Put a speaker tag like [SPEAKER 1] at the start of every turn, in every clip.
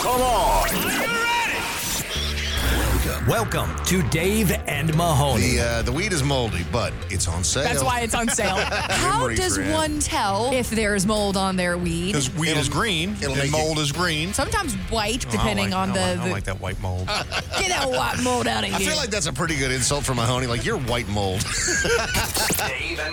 [SPEAKER 1] Come on.
[SPEAKER 2] Welcome to Dave and Mahoney.
[SPEAKER 3] The uh, the weed is moldy, but it's on sale.
[SPEAKER 4] That's why it's on sale. How
[SPEAKER 3] Memory
[SPEAKER 4] does
[SPEAKER 3] friend.
[SPEAKER 4] one tell if there's mold on their weed?
[SPEAKER 5] Because weed
[SPEAKER 3] It'll-
[SPEAKER 5] is green
[SPEAKER 3] it'll
[SPEAKER 5] and
[SPEAKER 3] make
[SPEAKER 5] mold is green.
[SPEAKER 4] Sometimes white,
[SPEAKER 5] Oh, I don't
[SPEAKER 4] depending
[SPEAKER 5] like-
[SPEAKER 4] on
[SPEAKER 5] I don't like-
[SPEAKER 4] the,
[SPEAKER 5] I
[SPEAKER 4] the
[SPEAKER 5] don't like that white mold.
[SPEAKER 4] get that white mold out of here.
[SPEAKER 3] I feel like that's a pretty good insult for Mahoney. Like you're white mold.
[SPEAKER 1] Dave and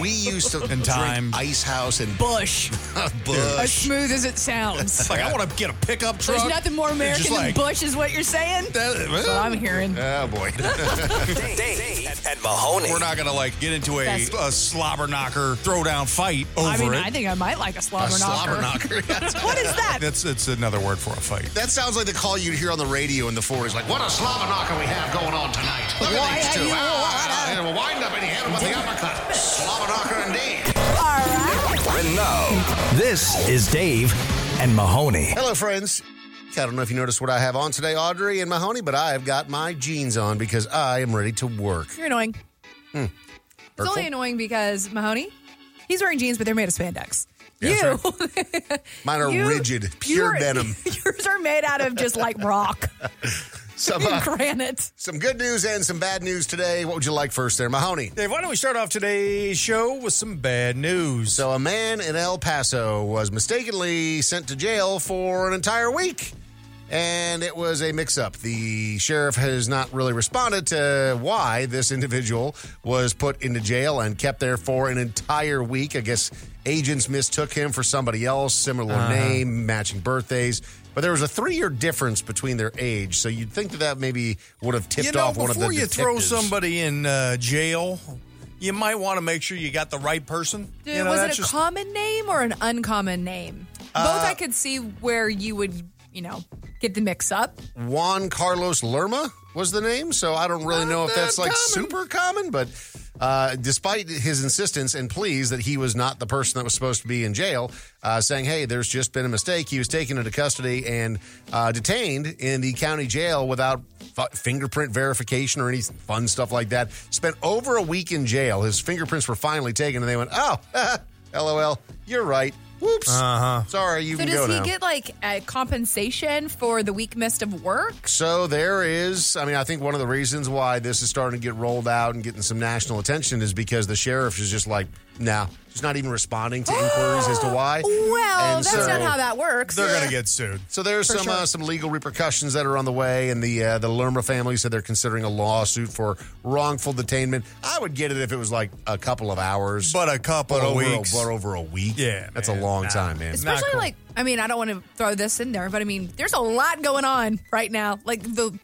[SPEAKER 3] we used to
[SPEAKER 5] And time.
[SPEAKER 3] drink Ice House and
[SPEAKER 4] Bush, as
[SPEAKER 3] Bush.
[SPEAKER 4] smooth as it sounds.
[SPEAKER 5] Like I want to get a pickup truck.
[SPEAKER 4] There's nothing more American
[SPEAKER 5] Just like-
[SPEAKER 4] than Bush, is what you're saying.
[SPEAKER 5] That-
[SPEAKER 4] That's what I'm hearing.
[SPEAKER 3] Oh boy.
[SPEAKER 1] Dave, Dave and Mahoney.
[SPEAKER 5] We're not gonna like get into a,
[SPEAKER 4] That's-
[SPEAKER 5] a slobber knocker throwdown fight over
[SPEAKER 4] I mean,
[SPEAKER 5] it.
[SPEAKER 4] I think I might like a
[SPEAKER 3] A
[SPEAKER 4] slobber knocker.
[SPEAKER 3] slobber knocker.
[SPEAKER 4] What is that?
[SPEAKER 5] that's it's another word for a fight.
[SPEAKER 3] that sounds like the call you'd hear on the radio in the 40s. Like, what a slobber knocker we have going on tonight. Look at
[SPEAKER 4] Why
[SPEAKER 3] these
[SPEAKER 4] are
[SPEAKER 3] two.
[SPEAKER 4] you-
[SPEAKER 3] Ah, and we'll wind up and he hit him with the uppercut. Slobber knocker indeed.
[SPEAKER 1] And now,
[SPEAKER 2] This is Dave and Mahoney.
[SPEAKER 3] Hello, friends. I don't know if you noticed what I have on today, Audrey and Mahoney, but I have got my jeans on because I am ready to work.
[SPEAKER 4] You're annoying. It's
[SPEAKER 3] Hurtful.
[SPEAKER 4] only annoying because Mahoney, he's wearing jeans, but they're made of spandex.
[SPEAKER 3] Yeah,
[SPEAKER 4] you,
[SPEAKER 3] Mine are
[SPEAKER 4] you-
[SPEAKER 3] rigid, pure
[SPEAKER 4] your-
[SPEAKER 3] denim.
[SPEAKER 4] Yours are made out of just like rock,
[SPEAKER 3] Some, uh,
[SPEAKER 4] and granite.
[SPEAKER 3] some good news and some bad news today. What would you like first there, Mahoney?
[SPEAKER 5] Dave, why don't we start off today's show with some bad news?
[SPEAKER 3] So, a man in El Paso was mistakenly sent to jail for an entire week. And it was a mix up. The sheriff has not really responded to why this individual was put into jail and kept there for an entire week. I guess agents mistook him for somebody else, similar
[SPEAKER 5] Uh-huh.
[SPEAKER 3] name, matching birthdays. But there was a three year difference between their age. So you'd think that that maybe would have tipped
[SPEAKER 5] you know,
[SPEAKER 3] off one
[SPEAKER 5] before
[SPEAKER 3] of the
[SPEAKER 5] you throw
[SPEAKER 3] detectives.
[SPEAKER 5] somebody in uh, jail, you might want to make sure you got the right person.
[SPEAKER 4] Dude,
[SPEAKER 5] you know,
[SPEAKER 4] was it
[SPEAKER 5] that's
[SPEAKER 4] a
[SPEAKER 5] just-
[SPEAKER 4] common name or an uncommon name?
[SPEAKER 3] Uh,
[SPEAKER 4] Both I could see where you would, you know, get the mix up.
[SPEAKER 3] Juan Carlos Lerma was the name, so I don't really know if that's like super common, but uh, despite his insistence and pleas that he was not the person that was supposed to be in jail, uh, saying, hey, there's just been a mistake, he was taken into custody and uh, detained in the county jail without f- fingerprint verification or any fun stuff like that. Spent over a week in jail. His fingerprints were finally taken, and they went, oh, lol, you're right. Whoops. Uh-huh. Sorry, you
[SPEAKER 4] So
[SPEAKER 3] can go
[SPEAKER 4] does he
[SPEAKER 3] now.
[SPEAKER 4] get like a compensation for the week missed of work?
[SPEAKER 3] So there is, I mean, I think one of the reasons why this is starting to get rolled out and getting some national attention is because the sheriff is just like, nah, she's not even responding to inquiries as to why.
[SPEAKER 4] Well,
[SPEAKER 3] And
[SPEAKER 4] that's
[SPEAKER 3] so-
[SPEAKER 4] not how that works.
[SPEAKER 5] They're gonna get sued.
[SPEAKER 3] So there's some uh, some legal repercussions that are on the way, and the uh, the Lerma family said they're considering a lawsuit for wrongful detainment. I would get it if it was like a couple of hours,
[SPEAKER 5] But a couple
[SPEAKER 3] but
[SPEAKER 5] of
[SPEAKER 3] over
[SPEAKER 5] weeks.
[SPEAKER 3] A, but over a week,
[SPEAKER 5] Yeah,
[SPEAKER 3] that's
[SPEAKER 5] man,
[SPEAKER 3] a long
[SPEAKER 5] nah.
[SPEAKER 3] time, man.
[SPEAKER 5] It's- not
[SPEAKER 4] Especially
[SPEAKER 5] cool.
[SPEAKER 4] like, I mean, I don't want to throw this in there, but I mean, there's a lot going on right now. Like the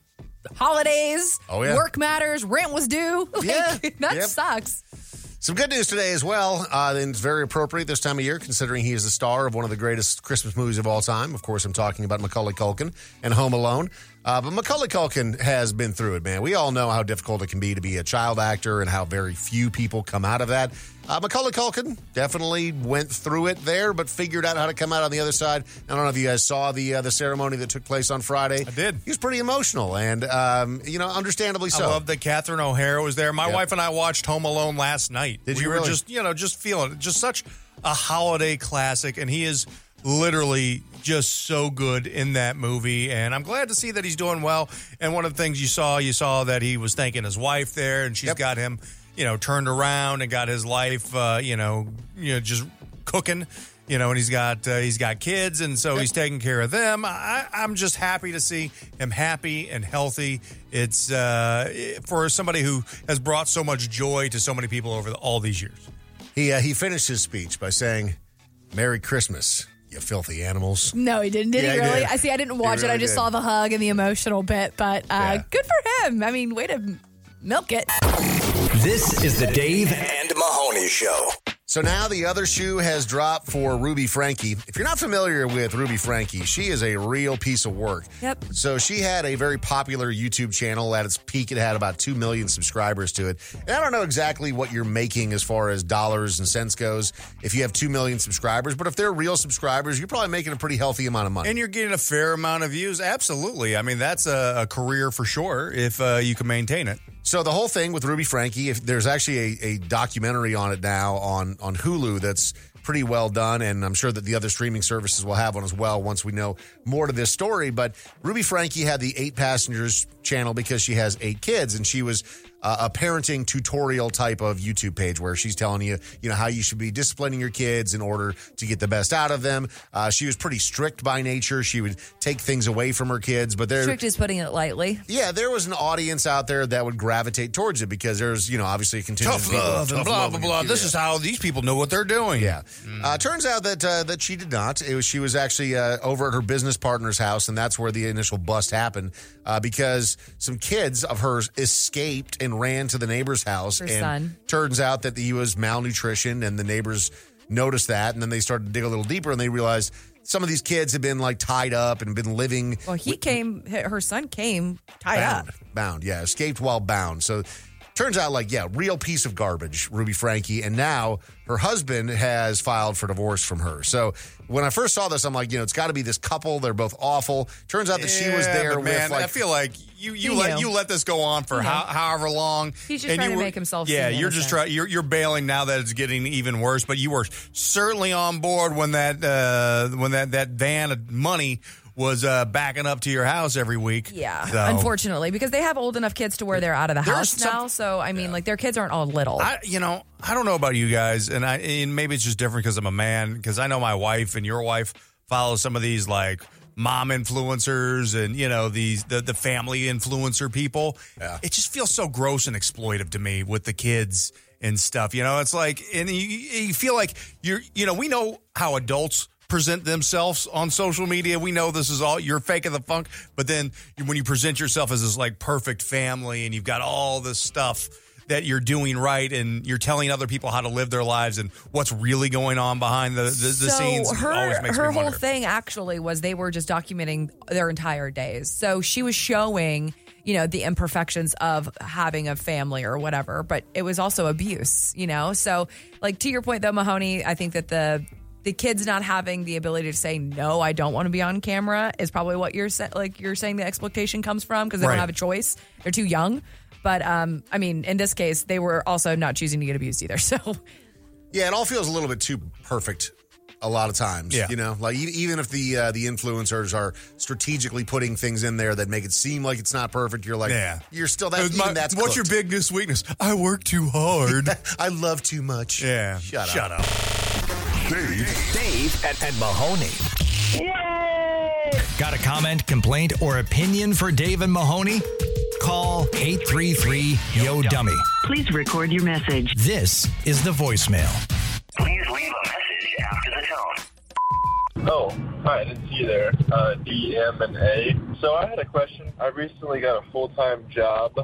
[SPEAKER 4] holidays,
[SPEAKER 3] Oh, yeah.
[SPEAKER 4] work matters, rent was due. Like,
[SPEAKER 3] Yeah.
[SPEAKER 4] that
[SPEAKER 3] Yep.
[SPEAKER 4] sucks.
[SPEAKER 3] Some good news today as well. Uh, and it's very appropriate this time of year, considering he is the star of one of the greatest Christmas movies of all time. Of course, I'm talking about Macaulay Culkin and Home Alone. Uh, but Macaulay Culkin has been through it, man. We all know how difficult it can be to be a child actor and how very few people come out of that. Uh, Macaulay Culkin definitely went through it there, but figured out how to come out on the other side. I don't know if you guys saw the uh, the ceremony that took place on Friday. I
[SPEAKER 5] did.
[SPEAKER 3] He was pretty emotional, and um, you know, understandably so.
[SPEAKER 5] I love that Catherine O'Hara was there. My
[SPEAKER 3] Yep.
[SPEAKER 5] wife and I watched Home Alone last night.
[SPEAKER 3] Did
[SPEAKER 5] we
[SPEAKER 3] you
[SPEAKER 5] were
[SPEAKER 3] really?
[SPEAKER 5] just, you know, just feeling it. Just such a holiday classic, and he is literally just so good in that movie. And I'm glad to see that he's doing well. And one of the things you saw, you saw that he was thanking his wife there, and she's
[SPEAKER 3] Yep.
[SPEAKER 5] got him, you know, turned around and got his life, uh, you know, you know, just cooking. You know, and he's got uh, he's got kids, and so he's taking care of them. I, I'm just happy to see him happy and healthy. It's uh, it- for somebody who has brought so much joy to so many people over the, all these years.
[SPEAKER 3] He uh, he finished his speech by saying, "Merry Christmas, you filthy animals."
[SPEAKER 4] No, he didn't. Did
[SPEAKER 3] Yeah,
[SPEAKER 4] he
[SPEAKER 3] he
[SPEAKER 4] really?
[SPEAKER 3] did.
[SPEAKER 4] I see. I didn't watch it. I
[SPEAKER 3] really
[SPEAKER 4] just
[SPEAKER 3] did.
[SPEAKER 4] saw the hug and the emotional bit, but uh,
[SPEAKER 3] Yeah.
[SPEAKER 4] good for him. I mean, way to milk it.
[SPEAKER 2] This is the Dave.
[SPEAKER 1] and Mahoney Show.
[SPEAKER 3] So now the other shoe has dropped for Ruby Frankie. If you're not familiar with Ruby Frankie, she is a real piece of work.
[SPEAKER 4] Yep.
[SPEAKER 3] So she had a very popular YouTube channel. At its peak, it had about 2 million subscribers to it. And I don't know exactly what you're making as far as dollars and cents goes if you have 2 million subscribers, but if they're real subscribers, you're probably making a pretty healthy amount of money.
[SPEAKER 5] And you're getting a fair amount of views. Absolutely. I mean, that's a, a career for sure if uh, you can maintain it.
[SPEAKER 3] So the whole thing with Ruby Frankie, if there's actually a, a documentary on it now on on Hulu that's pretty well done, and I'm sure that the other streaming services will have one as well once we know more to this story. But Ruby Frankie had the eight passengers channel because she has eight kids, and she was uh, a parenting tutorial type of YouTube page where she's telling you, you know, how you should be disciplining your kids in order to get the best out of them. Uh, she was pretty strict by nature. She would take things away from her kids, but there,
[SPEAKER 6] Strict is putting it lightly.
[SPEAKER 3] yeah, there was an audience out there that would gravitate towards it because there's, you know, obviously a contingent of
[SPEAKER 5] Tough
[SPEAKER 3] people-
[SPEAKER 5] love and
[SPEAKER 3] tough
[SPEAKER 5] blah
[SPEAKER 3] love
[SPEAKER 5] blah
[SPEAKER 3] and
[SPEAKER 5] blah. This
[SPEAKER 3] confusion.
[SPEAKER 5] is Mm. how these people know what they're doing.
[SPEAKER 3] Yeah. Uh, turns out that uh, that she did not. It was, she was actually uh, over at her business partner's house, and that's where the initial bust happened uh, because some kids of hers escaped and ran to the neighbor's house.
[SPEAKER 6] Her
[SPEAKER 3] and
[SPEAKER 6] son.
[SPEAKER 3] turns out that he was malnutrition, and the neighbors noticed that, and then they started to dig a little deeper, and they realized some of these kids had been like tied up and been living
[SPEAKER 6] Well, he came. Her son came tied
[SPEAKER 3] bound,
[SPEAKER 6] up.
[SPEAKER 3] bound, yeah, escaped while bound. So turns out, like, yeah, real piece of garbage, Ruby Frankie. And now her husband has filed for divorce from her. So when I first saw this, I'm like, you know, it's got to be this couple. They're both awful. Turns out that she was
[SPEAKER 5] Yeah,
[SPEAKER 3] there
[SPEAKER 5] but
[SPEAKER 3] with
[SPEAKER 5] man,
[SPEAKER 3] like.
[SPEAKER 5] I feel like you you
[SPEAKER 6] He
[SPEAKER 5] let
[SPEAKER 6] knew.
[SPEAKER 5] you let this go on for how, however long.
[SPEAKER 6] He's just
[SPEAKER 5] and
[SPEAKER 6] trying
[SPEAKER 5] you
[SPEAKER 6] to
[SPEAKER 5] were-
[SPEAKER 6] make himself
[SPEAKER 5] Yeah,
[SPEAKER 6] seem
[SPEAKER 5] you're just
[SPEAKER 6] innocent.
[SPEAKER 5] trying. You're, you're bailing now that it's getting even worse. But you were certainly on board when that uh, when that that van of money was uh, backing up to your house every week.
[SPEAKER 6] Yeah,
[SPEAKER 5] So-
[SPEAKER 6] unfortunately, because they have old enough kids to where they're out of the
[SPEAKER 5] There's
[SPEAKER 6] house
[SPEAKER 5] some-
[SPEAKER 6] now. So I mean, like their kids aren't all little.
[SPEAKER 5] I, you know, I don't know about you guys, and I, and maybe it's just different because I'm a man. Because I know my wife and your wife follow some of these like mom influencers and you know these the, the family influencer people. It just feels so gross and exploitive to me with the kids and stuff. You know, it's like, and you, you feel like you're, you know, we know how adults present themselves on social media. We know this is all you're faking the funk, but then when you present yourself as this like perfect family and you've got all this stuff that you're doing right and you're telling other people how to live their lives and what's really going on behind the the, the scenes
[SPEAKER 6] her
[SPEAKER 5] always makes
[SPEAKER 6] her
[SPEAKER 5] me
[SPEAKER 6] whole
[SPEAKER 5] wonder.
[SPEAKER 6] thing actually was they were just documenting their entire days. So she was showing, you know, the imperfections of having a family or whatever, but it was also abuse, you know. So like to your point though, Mahoney, I think that the the kids not having the ability to say no, I don't want to be on camera is probably what you're sa- like you're saying the exploitation comes from because they
[SPEAKER 5] Right.
[SPEAKER 6] don't have a choice. They're too young. But um, I mean, in this case, they were also not choosing to get abused either. So
[SPEAKER 3] Yeah, it all feels a little bit too perfect a lot of times.
[SPEAKER 5] Yeah.
[SPEAKER 3] You know, like e- even if the uh, the influencers are strategically putting things in there that make it seem like it's not perfect, you're like,
[SPEAKER 5] Yeah.
[SPEAKER 3] you're still that.
[SPEAKER 5] Uh, My-
[SPEAKER 3] even that's
[SPEAKER 5] what's your
[SPEAKER 3] cooked.
[SPEAKER 5] biggest weakness? I work too hard.
[SPEAKER 3] I love too much.
[SPEAKER 5] yeah.
[SPEAKER 3] Shut, up.
[SPEAKER 5] up.
[SPEAKER 2] Dave and, and Mahoney.
[SPEAKER 7] Yay!
[SPEAKER 2] Got a comment, complaint, or opinion for Dave and Mahoney? Call 833 Yo Dummy.
[SPEAKER 8] Please record your message.
[SPEAKER 2] This is the voicemail.
[SPEAKER 1] Please leave a message after the tone.
[SPEAKER 9] Oh, hi, I didn't see you there. Uh, D, M, and A. So I had a question. I recently got a full-time job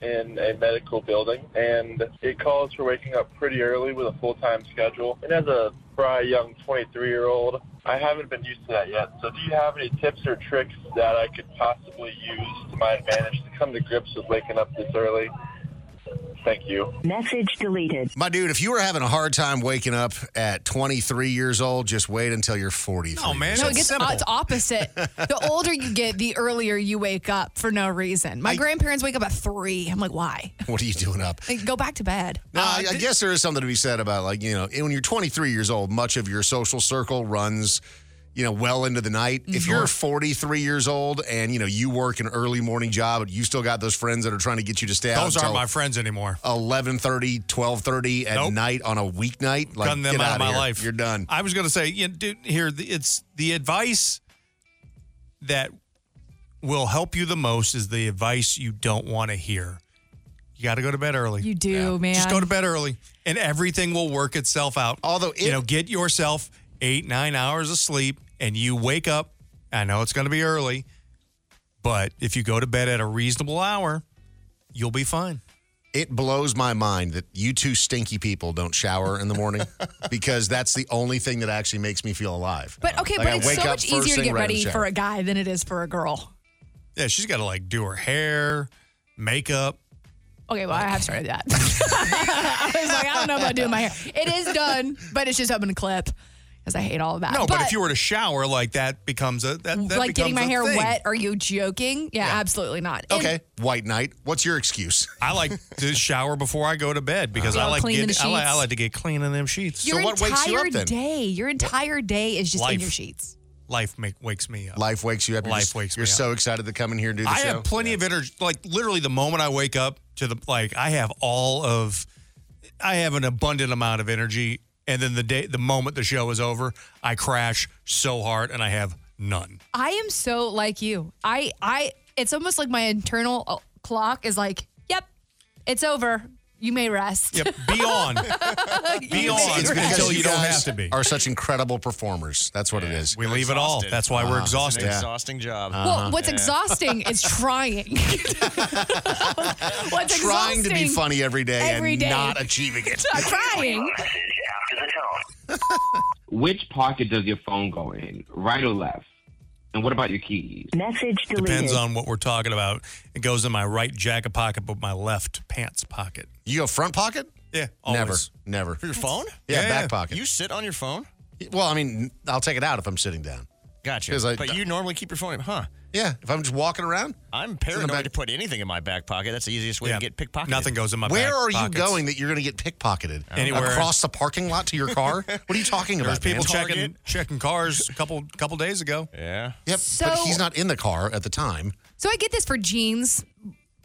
[SPEAKER 9] in a medical building, and it calls for waking up pretty early with a full-time schedule. And as a spry young 23-year-old, I haven't been used to that yet. So do you have any tips or tricks that I could possibly use to my advantage to come to grips with waking up this early? Thank you.
[SPEAKER 8] Message deleted.
[SPEAKER 3] My dude, if you were having a hard time waking up at 23 years old, just wait until you're 43.
[SPEAKER 5] Oh man,
[SPEAKER 4] No, it
[SPEAKER 5] it's
[SPEAKER 4] gets uh,
[SPEAKER 5] simple.
[SPEAKER 4] it's opposite. the older you get, the earlier you wake up for no reason. My grandparents wake up at three. I'm like, why?
[SPEAKER 3] What are you doing up?
[SPEAKER 4] Like, go back to bed.
[SPEAKER 3] No,
[SPEAKER 5] uh,
[SPEAKER 3] I, I guess there is something to be said about like, you know, when you're 23 years old, much of your social circle runs, you know, well into the night.
[SPEAKER 5] Mm-hmm.
[SPEAKER 3] If you're 43 years old and, you know, you work an early morning job, but you still got those friends that are trying to get you to stay out
[SPEAKER 5] Those aren't
[SPEAKER 3] until
[SPEAKER 5] my friends anymore.
[SPEAKER 3] Oh, 11:30, 12:30 at
[SPEAKER 5] Nope.
[SPEAKER 3] night on a weeknight, like
[SPEAKER 5] Done them
[SPEAKER 3] get
[SPEAKER 5] out of my
[SPEAKER 3] here.
[SPEAKER 5] life.
[SPEAKER 3] You're done.
[SPEAKER 5] I was going to say, you know, dude, here the- it's the advice that will help you the most is the advice you don't want to hear. You got to go to bed early.
[SPEAKER 4] You do, man.
[SPEAKER 5] Just go to bed early, and everything will work itself out.
[SPEAKER 3] Although it-
[SPEAKER 5] you know, get yourself eight nine hours of sleep, and you wake up. I know it's going to be early, but if you go to bed at a reasonable hour, you'll be fine.
[SPEAKER 3] it blows my mind that you two stinky people don't shower in the morning because that's the only thing that actually makes me feel alive.
[SPEAKER 4] But okay,
[SPEAKER 3] Like, I
[SPEAKER 4] but it's
[SPEAKER 3] wake
[SPEAKER 4] so
[SPEAKER 3] up
[SPEAKER 4] much
[SPEAKER 3] first
[SPEAKER 4] easier to
[SPEAKER 3] thing
[SPEAKER 4] get
[SPEAKER 3] right in the
[SPEAKER 4] ready
[SPEAKER 3] shower.
[SPEAKER 4] for a guy than it is for a girl.
[SPEAKER 5] Yeah, she's got to like do her hair, makeup.
[SPEAKER 4] Okay, well, I have started that. I was like, I don't know about doing my hair. It is done, but it's just up in a clip. because I hate all of that.
[SPEAKER 5] No, but, if you were to shower like that becomes a that, that
[SPEAKER 4] like getting my
[SPEAKER 5] becomes a
[SPEAKER 4] hair
[SPEAKER 5] thing.
[SPEAKER 4] wet, are you joking? Yeah, absolutely not. And-
[SPEAKER 3] Okay, White Knight. What's your excuse?
[SPEAKER 5] I like to shower before I go to bed because I
[SPEAKER 4] Yeah,
[SPEAKER 5] like
[SPEAKER 4] clean
[SPEAKER 5] get,
[SPEAKER 4] the
[SPEAKER 5] I, like, I
[SPEAKER 4] sheets.
[SPEAKER 5] like to get clean in them sheets.
[SPEAKER 4] your
[SPEAKER 3] what
[SPEAKER 4] entire
[SPEAKER 3] wakes you up then?
[SPEAKER 4] day, your entire day is just
[SPEAKER 5] Life.
[SPEAKER 4] in your sheets.
[SPEAKER 5] Life make, wakes me up.
[SPEAKER 3] Life wakes you up. You're
[SPEAKER 5] Life
[SPEAKER 3] just-
[SPEAKER 5] wakes me
[SPEAKER 3] You're so
[SPEAKER 5] up.
[SPEAKER 3] excited to come in here and do the
[SPEAKER 5] I
[SPEAKER 3] show.
[SPEAKER 5] have plenty of energy. Like literally, the moment I wake up to the like, I have all of, I have an abundant amount of energy, and then the day, the moment the show is over, I crash so hard and I have none.
[SPEAKER 4] I am so like you. I I it's almost like my internal uh, clock is like, yep, it's over. You may rest.
[SPEAKER 5] Yep, be on, be on
[SPEAKER 3] It's because
[SPEAKER 5] until you, don't
[SPEAKER 3] guys
[SPEAKER 5] have to be.
[SPEAKER 3] Are such incredible performers. That's what it is.
[SPEAKER 5] We leave it all.
[SPEAKER 10] exhausted.
[SPEAKER 5] That's why
[SPEAKER 3] Ah,
[SPEAKER 5] we're
[SPEAKER 10] It's an
[SPEAKER 5] exhausted.
[SPEAKER 10] exhausting job.
[SPEAKER 4] Well, what's exhausting is trying. what's
[SPEAKER 3] Trying to be
[SPEAKER 4] exhausting-
[SPEAKER 3] funny every day
[SPEAKER 4] every
[SPEAKER 3] and
[SPEAKER 4] day.
[SPEAKER 3] not achieving it.
[SPEAKER 4] I'm trying.
[SPEAKER 1] Message after the tone.
[SPEAKER 11] Which pocket does your phone go in? Right or left? And what about your keys?
[SPEAKER 8] Message deleted.
[SPEAKER 5] Depends on what we're talking about. It goes in my right jacket pocket, but my left pants pocket.
[SPEAKER 3] You go front pocket?
[SPEAKER 5] Yeah, always.
[SPEAKER 3] Never. Never.
[SPEAKER 10] For your phone?
[SPEAKER 3] Yeah,
[SPEAKER 5] Yeah, yeah.
[SPEAKER 3] back pocket.
[SPEAKER 10] You sit on your phone?
[SPEAKER 3] well, I mean, I'll take it out if I'm sitting down.
[SPEAKER 10] Gotcha.
[SPEAKER 3] 'Cause I-
[SPEAKER 10] but you normally keep your phone in, huh?
[SPEAKER 3] Yeah, if I'm just walking around.
[SPEAKER 10] I'm paranoid
[SPEAKER 3] back-
[SPEAKER 10] to put anything in my back pocket. That's the easiest way
[SPEAKER 5] Yeah.
[SPEAKER 10] to get pickpocketed.
[SPEAKER 5] Nothing goes in my.
[SPEAKER 3] Where
[SPEAKER 5] back
[SPEAKER 3] are
[SPEAKER 5] pockets.
[SPEAKER 3] you going that you're going to get pickpocketed?
[SPEAKER 5] Anywhere.
[SPEAKER 3] Across the parking lot to your car? what are you talking
[SPEAKER 5] There's
[SPEAKER 3] about?
[SPEAKER 5] people
[SPEAKER 3] man?
[SPEAKER 5] checking
[SPEAKER 10] Target.
[SPEAKER 5] checking cars a couple couple days ago.
[SPEAKER 10] Yeah.
[SPEAKER 3] Yep, but
[SPEAKER 4] So-
[SPEAKER 3] he's not in the car at the time.
[SPEAKER 4] So I get this for jeans,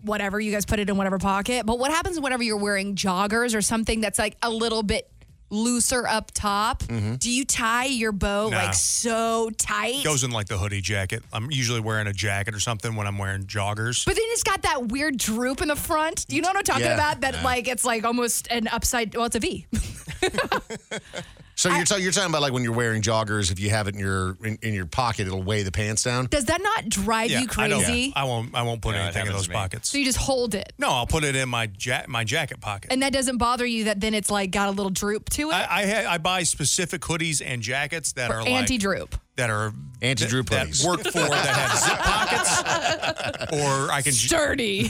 [SPEAKER 4] whatever you guys put it in whatever pocket. But what happens whenever you're wearing joggers or something that's like a little bit looser up top? Do you tie your bow
[SPEAKER 5] Mm-hmm. Nah.
[SPEAKER 4] like so tight?
[SPEAKER 5] Goes in like the hoodie jacket. I'm usually wearing a jacket or something when I'm wearing joggers.
[SPEAKER 4] but then it's got that weird droop in the front. Do you know what I'm talking
[SPEAKER 3] Yeah.
[SPEAKER 4] about? That like it's like almost an upside. Well, it's a V.
[SPEAKER 3] So you're, ta- you're talking about like when you're wearing joggers, if you have it in your in, in your pocket, it'll weigh the pants down.
[SPEAKER 4] Does that not drive you
[SPEAKER 5] I, don't-
[SPEAKER 4] crazy?
[SPEAKER 5] I won't. I won't put
[SPEAKER 10] Yeah, it
[SPEAKER 5] anything in
[SPEAKER 10] happens
[SPEAKER 5] those
[SPEAKER 10] to me.
[SPEAKER 5] pockets.
[SPEAKER 4] So you just hold it,
[SPEAKER 5] no, I'll put it in my ja- my jacket pocket.
[SPEAKER 4] and that doesn't bother you. That then it's like got a little droop to it,
[SPEAKER 5] I, I ha- I buy specific hoodies and jackets that are
[SPEAKER 4] anti
[SPEAKER 5] like
[SPEAKER 4] droop.
[SPEAKER 5] that are
[SPEAKER 3] Anti-droop
[SPEAKER 5] that,
[SPEAKER 3] hoodies.
[SPEAKER 5] that work for that have zip pockets, or I can. j-
[SPEAKER 4] Dirty.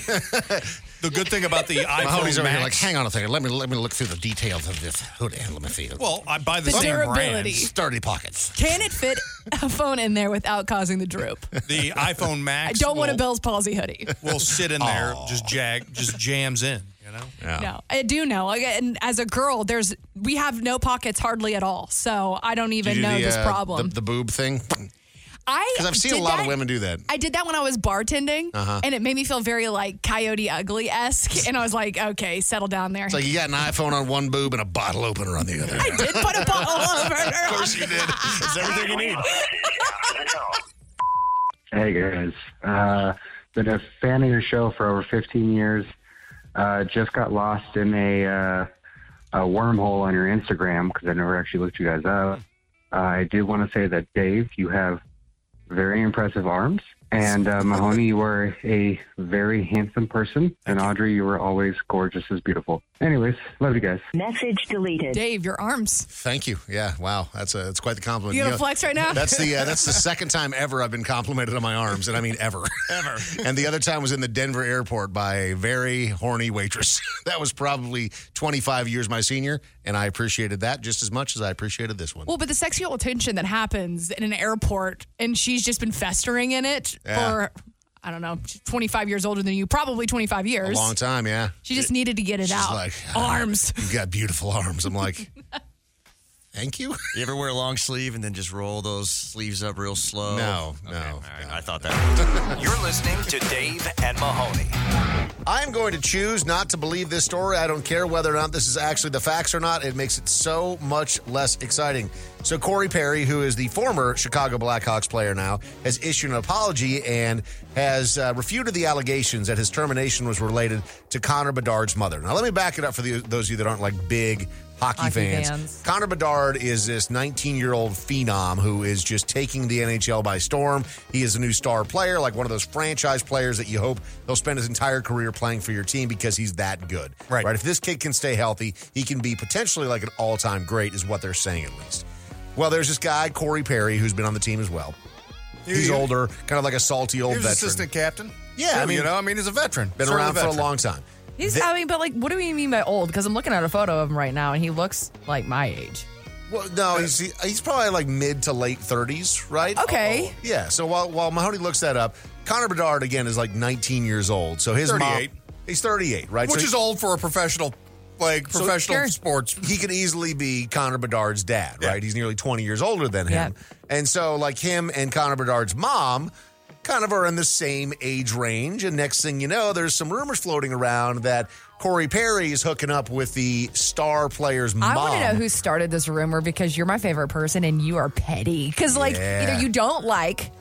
[SPEAKER 5] the good thing about the iPhone
[SPEAKER 3] Mahoney's
[SPEAKER 5] Max.
[SPEAKER 3] over here like, hang on a second, let me let me look through the details of this hood and let me see.
[SPEAKER 5] well, I buy the,
[SPEAKER 4] The
[SPEAKER 5] same
[SPEAKER 4] durability.
[SPEAKER 5] brands.
[SPEAKER 3] sturdy pockets.
[SPEAKER 4] Can it fit a phone in there without causing the droop?
[SPEAKER 5] The iPhone Max.
[SPEAKER 4] I don't want a
[SPEAKER 5] will-
[SPEAKER 4] Bell's palsy hoodie.
[SPEAKER 5] Will sit in there, just jag, just jams in. You know.
[SPEAKER 4] No, I do know. Like, And as a girl, there's we have no pockets hardly at all, so I don't
[SPEAKER 3] Do
[SPEAKER 4] even
[SPEAKER 3] you do
[SPEAKER 4] know
[SPEAKER 3] the,
[SPEAKER 4] this
[SPEAKER 3] uh,
[SPEAKER 4] problem.
[SPEAKER 3] The, the boob thing, because
[SPEAKER 4] I
[SPEAKER 3] I've seen
[SPEAKER 4] did
[SPEAKER 3] a lot
[SPEAKER 4] that-
[SPEAKER 3] of women Uh-huh. do that.
[SPEAKER 4] I did that when I was bartending, and it made me feel very like Coyote Ugly esque, and I was like, okay, settle down there.
[SPEAKER 3] It's like you got an iPhone on one boob and a bottle opener on the other.
[SPEAKER 4] I did put a bottle over her. Of course
[SPEAKER 3] you did.
[SPEAKER 10] It's everything you need.
[SPEAKER 1] Message after the tone.
[SPEAKER 11] Hey guys, uh, been a fan of your show for over 15 years. Uh, just got lost in a, uh, a wormhole on your Instagram because I never actually looked you guys up. Uh, I do want to say that Dave, you have very impressive arms, and uh, Mahoney, you are a very handsome person, and Audrey, you were always gorgeous as beautiful. Anyways, love you guys.
[SPEAKER 8] Message deleted.
[SPEAKER 4] Dave, your arms.
[SPEAKER 3] Thank you. Yeah. Wow. That's a that's quite the compliment.
[SPEAKER 4] You
[SPEAKER 3] You
[SPEAKER 4] gonna
[SPEAKER 3] know,
[SPEAKER 4] flex right now?
[SPEAKER 3] that's the uh, that's the second time ever I've been complimented on my arms, and I mean ever, ever. And the other time was in the Denver airport by a very horny waitress. that was probably 25 years my senior, and I appreciated that just as much as I appreciated this one.
[SPEAKER 4] Well, but the sexual tension that happens in an airport, and she's just been festering in it
[SPEAKER 3] Yeah.
[SPEAKER 4] for, I don't know, she's 25 years older than you, probably 25
[SPEAKER 3] a
[SPEAKER 4] years.
[SPEAKER 3] long time, yeah.
[SPEAKER 4] she just needed to get it
[SPEAKER 3] She's
[SPEAKER 4] out.
[SPEAKER 3] like "Ah,
[SPEAKER 4] Arms.
[SPEAKER 3] You've got beautiful arms. I'm like, thank you.
[SPEAKER 10] You ever wear a long sleeve and then just roll those sleeves up real slow?
[SPEAKER 3] No,
[SPEAKER 10] Okay,
[SPEAKER 3] no,
[SPEAKER 10] all right.
[SPEAKER 3] no,
[SPEAKER 10] I thought that.
[SPEAKER 2] You're listening to Dave and Mahoney.
[SPEAKER 3] I'm going to choose not to believe this story. I don't care whether or not this is actually the facts or not. It makes it so much less exciting. So, Corey Perry, who is the former Chicago Blackhawks player now, has issued an apology and has uh, refuted the allegations that his termination was related to Connor Bedard's mother. Now, let me back it up for the, those of you that aren't like big hockey,
[SPEAKER 6] Hockey
[SPEAKER 3] fans.
[SPEAKER 6] fans.
[SPEAKER 3] Connor Bedard is this 19 year old phenom who is just taking the NHL by storm. He is a new star player, like one of those franchise players that you hope he'll spend his entire career playing for your team because he's that good.
[SPEAKER 5] Right.
[SPEAKER 3] If this kid can stay healthy, he can be potentially like an all time great, is what they're saying at least. Well, there's this guy, Corey Perry, who's been on the team as well. He's
[SPEAKER 5] He-
[SPEAKER 3] older, kind of like a salty old
[SPEAKER 5] He was
[SPEAKER 3] veteran.
[SPEAKER 5] assistant captain.
[SPEAKER 3] Yeah, I
[SPEAKER 5] Too,
[SPEAKER 3] mean-
[SPEAKER 5] you know, I mean, he's a veteran.
[SPEAKER 3] Been
[SPEAKER 5] Sort of
[SPEAKER 3] around for a
[SPEAKER 5] veteran.
[SPEAKER 3] long time.
[SPEAKER 6] He's, I mean, but like, what do we mean by old? Because I'm looking at a photo of him right now, and he looks like my age.
[SPEAKER 3] Well, no, he's he- he's probably like mid to late thirties, right? Oh,
[SPEAKER 4] Okay.
[SPEAKER 3] Yeah. So while while Mahoney looks that up, Connor Bedard again is like 19 years old. So his
[SPEAKER 5] 38.
[SPEAKER 3] mom, he's 38, right?
[SPEAKER 5] Which
[SPEAKER 3] So
[SPEAKER 5] is old for a professional, like
[SPEAKER 3] So-
[SPEAKER 5] professional
[SPEAKER 3] Sure.
[SPEAKER 5] sports.
[SPEAKER 3] he could easily be Connor Bedard's dad,
[SPEAKER 5] Yeah.
[SPEAKER 3] right? He's nearly 20 years older than him.
[SPEAKER 4] Yep.
[SPEAKER 3] And so, like, him and Connor Bedard's mom kind of are in the same age range. And next thing you know, there's some rumors floating around that Corey Perry is hooking up with the star player's
[SPEAKER 4] I
[SPEAKER 3] mom.
[SPEAKER 4] want to know who started this rumor because you're my favorite person and you are petty. Because, like,
[SPEAKER 3] Yeah. Mm-hmm.
[SPEAKER 4] either you don't like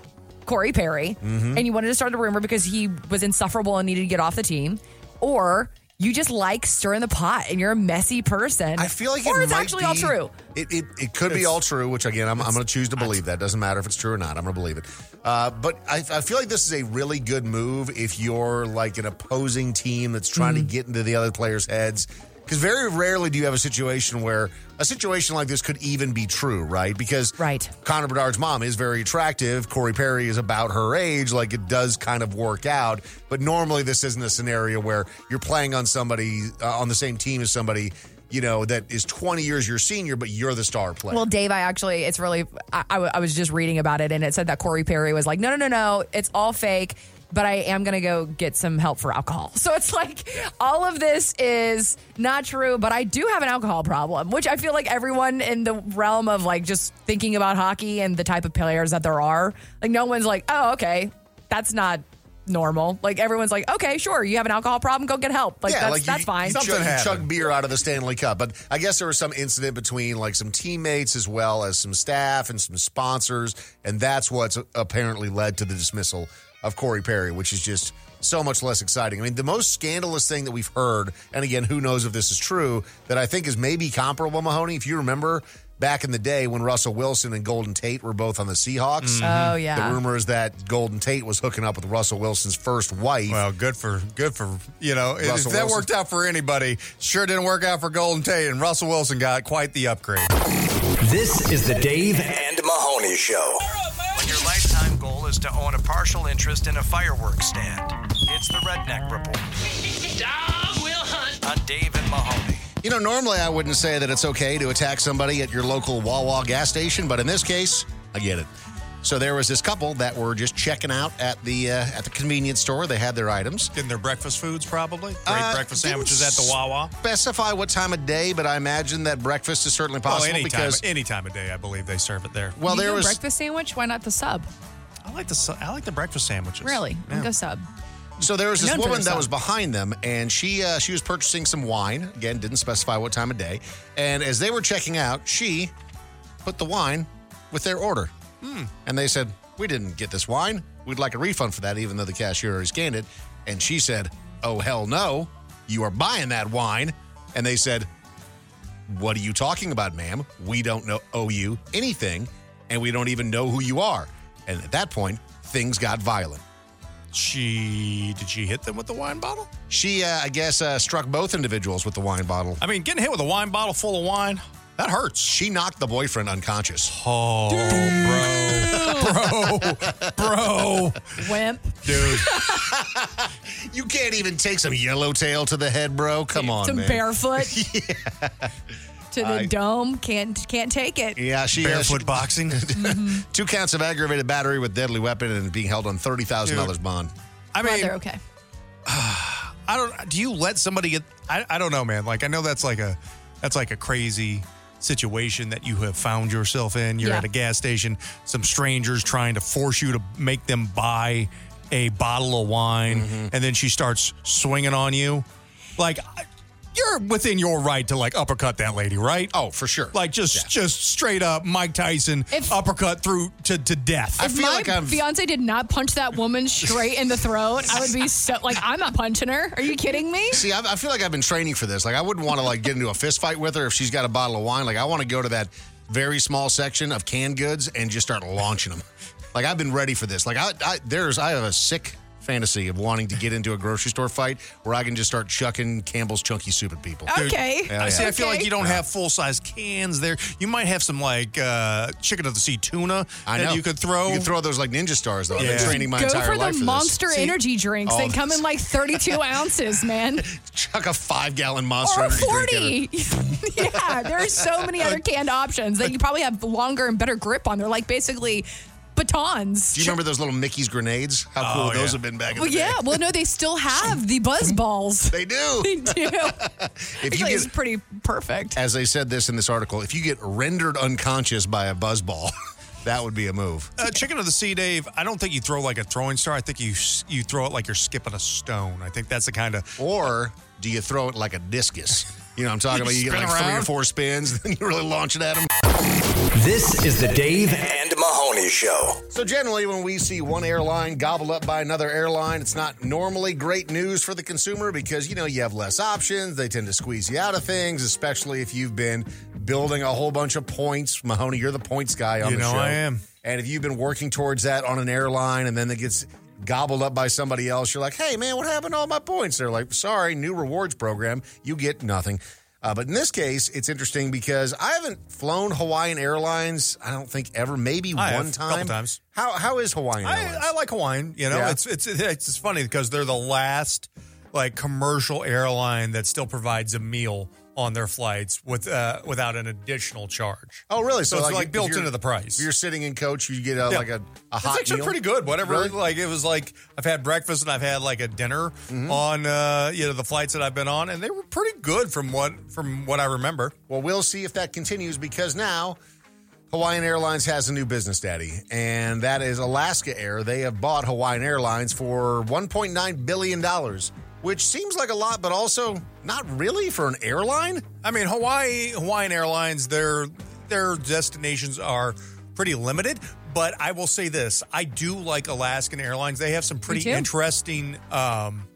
[SPEAKER 4] Corey Perry and you wanted to start the rumor because he was insufferable and needed to get off the team, or you just like stirring the pot and you're a messy person.
[SPEAKER 3] I feel like
[SPEAKER 4] or
[SPEAKER 3] it
[SPEAKER 4] it's
[SPEAKER 3] might
[SPEAKER 4] actually all
[SPEAKER 3] be-
[SPEAKER 4] true.
[SPEAKER 3] It, it, it could be
[SPEAKER 5] It's-
[SPEAKER 3] all true, which again, I'm, I'm going to choose to believe that. Doesn't matter if it's true or not. I'm going to believe it. Uh, but I, I feel like this is a really good move if you're like an opposing team that's trying
[SPEAKER 4] Mm-hmm.
[SPEAKER 3] to get into the other players' heads. Because very rarely do you have a situation where a situation like this could even be true, right? Because
[SPEAKER 4] Right.
[SPEAKER 3] Connor Bedard's mom is very attractive. Corey Perry is about her age. Like it does kind of work out. But normally, this isn't a scenario where you're playing on somebody uh, on the same team as somebody, you know, that is 20 years your senior, but you're the star player.
[SPEAKER 4] Well, Dave, I actually, it's really, I, I w- I was just reading about it and it said that Corey Perry was like, no, no, no, no, it's all fake, but I am going to go get some help for alcohol. So it's like, all of this is not true, but I do have an alcohol problem, which I feel like everyone in the realm of like just thinking about hockey and the type of players that there are, like, no one's like, oh, okay, that's not normal. Like, everyone's like, okay, sure, you have an alcohol problem, go get help. Like, that's,
[SPEAKER 3] you-
[SPEAKER 4] that's fine.
[SPEAKER 3] You chug, you
[SPEAKER 5] happened.
[SPEAKER 3] chug beer out of the Stanley Cup, but I guess there was some incident between like some teammates as well as some staff and some sponsors, and that's what's apparently led to the dismissal of Corey Perry, which is just so much less exciting. I mean, the most scandalous thing that we've heard, and again, who knows if this is true, that I think is maybe comparable, Mahoney. If you remember back in the day when Russell Wilson and Golden Tate were both on the Seahawks,
[SPEAKER 4] Oh, yeah.
[SPEAKER 3] the rumor is that Golden Tate was hooking up with Russell Wilson's first wife.
[SPEAKER 5] Well, good for good for you know. if-
[SPEAKER 3] Russell
[SPEAKER 5] if that
[SPEAKER 3] Wilson.
[SPEAKER 5] worked out for anybody, sure didn't work out for Golden Tate and Russell Wilson got quite the upgrade.
[SPEAKER 12] This is the Dave and Mahoney Show.
[SPEAKER 2] When your lifetime goal is to own a partial interest in a fireworks stand, it's the Redneck Report. Dog will hunt. On Dave and Mahoney.
[SPEAKER 3] You know, normally I wouldn't say that it's okay to attack somebody at your local Wawa gas station, but in this case, I get it. So there was this couple that were just checking out at the uh, at the convenience store. They had their items.
[SPEAKER 5] Getting their breakfast foods probably. Great
[SPEAKER 3] Uh,
[SPEAKER 5] breakfast
[SPEAKER 3] didn't
[SPEAKER 5] sandwiches at the Wawa. Oh,
[SPEAKER 3] Specify what time of day, but I imagine that breakfast is certainly
[SPEAKER 5] Well,
[SPEAKER 3] possible
[SPEAKER 5] any
[SPEAKER 3] because
[SPEAKER 5] time, any time of day, I believe they serve it there.
[SPEAKER 3] well,
[SPEAKER 13] You
[SPEAKER 3] there
[SPEAKER 13] do a
[SPEAKER 3] was
[SPEAKER 13] breakfast sandwich. Why not the sub?
[SPEAKER 5] I like the su- I like the breakfast sandwiches.
[SPEAKER 13] Really,
[SPEAKER 5] Yeah.
[SPEAKER 13] go sub.
[SPEAKER 3] So there was this
[SPEAKER 13] Known for
[SPEAKER 3] woman that
[SPEAKER 13] themselves.
[SPEAKER 3] was behind them, and she uh, she was purchasing some wine. Again, didn't specify what time of day. And as they were checking out, she put the wine with their order, and they said, "We didn't get this wine. We'd like a refund for that, even though the cashier already scanned it." And she said, "Oh hell no! You are buying that wine." And they said, "What are you talking about, ma'am? We don't know owe you anything, and we don't even know who you are." And at that point, things got violent.
[SPEAKER 5] She did she hit them with the wine bottle?
[SPEAKER 3] She, uh, I guess, uh, struck both individuals with the wine bottle.
[SPEAKER 5] I mean, getting hit with a wine bottle full of wine that hurts.
[SPEAKER 3] She knocked the boyfriend unconscious.
[SPEAKER 5] Oh, bro, bro, bro,
[SPEAKER 4] Wimp.
[SPEAKER 5] dude.
[SPEAKER 3] You can't even take some yellowtail to the head, bro. Come on,
[SPEAKER 4] Some
[SPEAKER 3] man.
[SPEAKER 4] barefoot to the dome. Can't can't take it.
[SPEAKER 3] yeah, she uh,
[SPEAKER 5] Barefoot boxing.
[SPEAKER 3] she- two counts of aggravated battery with deadly weapon and being held on thirty thousand dollars bond.
[SPEAKER 5] I
[SPEAKER 13] Glad
[SPEAKER 5] mean,
[SPEAKER 13] they're okay.
[SPEAKER 5] I don't. Do you let somebody get? I, I don't know, man. Like I know that's like a that's like a crazy situation that you have found yourself in. You're
[SPEAKER 13] Yeah.
[SPEAKER 5] at a gas station, some strangers trying to force you to make them buy a bottle of wine,
[SPEAKER 3] Mm-hmm.
[SPEAKER 5] and then she starts swinging on you. Like I- you're within your right to like uppercut that lady, right?
[SPEAKER 3] Oh, for sure.
[SPEAKER 5] Like just just straight up Mike Tyson
[SPEAKER 13] If-
[SPEAKER 5] uppercut through to to death.
[SPEAKER 3] I
[SPEAKER 13] If
[SPEAKER 3] feel
[SPEAKER 13] my
[SPEAKER 3] like I'm.
[SPEAKER 13] fiance did not punch that woman straight in the throat, I would be so like, I'm not punching her. Are you kidding me?
[SPEAKER 3] See, I, I feel like I've been training for this. Like, I wouldn't want to like get into a fist fight with her if she's got a bottle of wine. Like, I want to go to that very small section of canned goods and just start launching them. Like, I've been ready for this. Like, I, I there's I have a sick fantasy of wanting to get into a grocery store fight where I can just start chucking Campbell's chunky soup at people.
[SPEAKER 5] Dude,
[SPEAKER 3] Hell
[SPEAKER 5] I see.
[SPEAKER 3] yeah.
[SPEAKER 5] I feel like you don't have full size cans there. You might have some like uh, chicken of the sea tuna
[SPEAKER 3] I
[SPEAKER 5] that
[SPEAKER 3] know.
[SPEAKER 5] you could throw.
[SPEAKER 3] You could throw those like ninja stars though. I've been
[SPEAKER 5] Yeah.
[SPEAKER 3] training my
[SPEAKER 4] Go
[SPEAKER 3] entire
[SPEAKER 4] for
[SPEAKER 3] life
[SPEAKER 4] the
[SPEAKER 3] for
[SPEAKER 4] monster
[SPEAKER 3] this. oh,
[SPEAKER 4] energy drinks.
[SPEAKER 3] all
[SPEAKER 4] they come in like 32 ounces, man.
[SPEAKER 3] Chuck a five gallon monster
[SPEAKER 4] Or
[SPEAKER 3] energy drink. at her.
[SPEAKER 4] 40. yeah, there are so many other canned options that you probably have longer and better grip on. They're like basically batons.
[SPEAKER 3] Do you remember those little Mickey's grenades? How cool
[SPEAKER 5] Oh,
[SPEAKER 3] those
[SPEAKER 5] yeah.
[SPEAKER 3] have been back in
[SPEAKER 4] Well,
[SPEAKER 3] the day.
[SPEAKER 4] yeah. Well, no, they still have the buzz balls.
[SPEAKER 3] They do.
[SPEAKER 4] They do.
[SPEAKER 3] If you
[SPEAKER 4] Actually,
[SPEAKER 3] get-
[SPEAKER 4] it's pretty perfect.
[SPEAKER 3] as they said this in this article, if you get rendered unconscious by a buzzball, that would be a move.
[SPEAKER 5] Uh, chicken of the sea, Dave. I don't think you throw like a throwing star. I think you s- you throw it like you're skipping a stone. I think that's the kind of
[SPEAKER 3] Or do you throw it like a discus? You know what I'm talking
[SPEAKER 5] You
[SPEAKER 3] about? You get
[SPEAKER 5] spin
[SPEAKER 3] like three or
[SPEAKER 5] around?
[SPEAKER 3] four spins, then you really launch it at them.
[SPEAKER 2] This is the Dave and Mahoney Show.
[SPEAKER 3] So generally, when we see one airline gobbled up by another airline, it's not normally great news for the consumer because you know you have less options. They tend to squeeze you out of things, especially if you've been building a whole bunch of points. Mahoney, you're the points guy on
[SPEAKER 5] You
[SPEAKER 3] the
[SPEAKER 5] know
[SPEAKER 3] show.
[SPEAKER 5] I am.
[SPEAKER 3] And if you've been working towards that on an airline, and then it gets gobbled up by somebody else, you're like, "Hey, man, what happened to all my points?" They're like, "Sorry, new rewards program. You get nothing." Uh, but in this case, it's interesting because I haven't flown Hawaiian Airlines. I don't think ever, maybe
[SPEAKER 5] I have,
[SPEAKER 3] one time.
[SPEAKER 5] couple times.
[SPEAKER 3] How how is Hawaiian Airlines?
[SPEAKER 5] I, I like Hawaiian. You know,
[SPEAKER 3] Yeah.
[SPEAKER 5] it's it's it's just funny because they're the last like commercial airline that still provides a meal on their flights with uh, without an additional charge.
[SPEAKER 3] oh, really?
[SPEAKER 5] So, it's like,
[SPEAKER 3] if
[SPEAKER 5] built
[SPEAKER 3] you're-
[SPEAKER 5] into the price.
[SPEAKER 3] If you're sitting in coach, you get a,
[SPEAKER 5] Yeah.
[SPEAKER 3] like a, a hot
[SPEAKER 5] it's actually
[SPEAKER 3] meal.
[SPEAKER 5] pretty good. Whatever,
[SPEAKER 3] Really?
[SPEAKER 5] like it was like I've had breakfast and I've had like a dinner
[SPEAKER 3] Mm-hmm.
[SPEAKER 5] on uh, you know the flights that I've been on, and they were pretty good from what from what I remember.
[SPEAKER 3] Well, we'll see if that continues because now Hawaiian Airlines has a new business daddy, and that is Alaska Air. They have bought Hawaiian Airlines for $1.9 billion, which seems like a lot, but also not really for an airline.
[SPEAKER 5] I mean, Hawaii Hawaiian Airlines, their their destinations are pretty limited. But I will say this: I do like Alaskan Airlines. They have some pretty
[SPEAKER 4] too.
[SPEAKER 5] interesting um,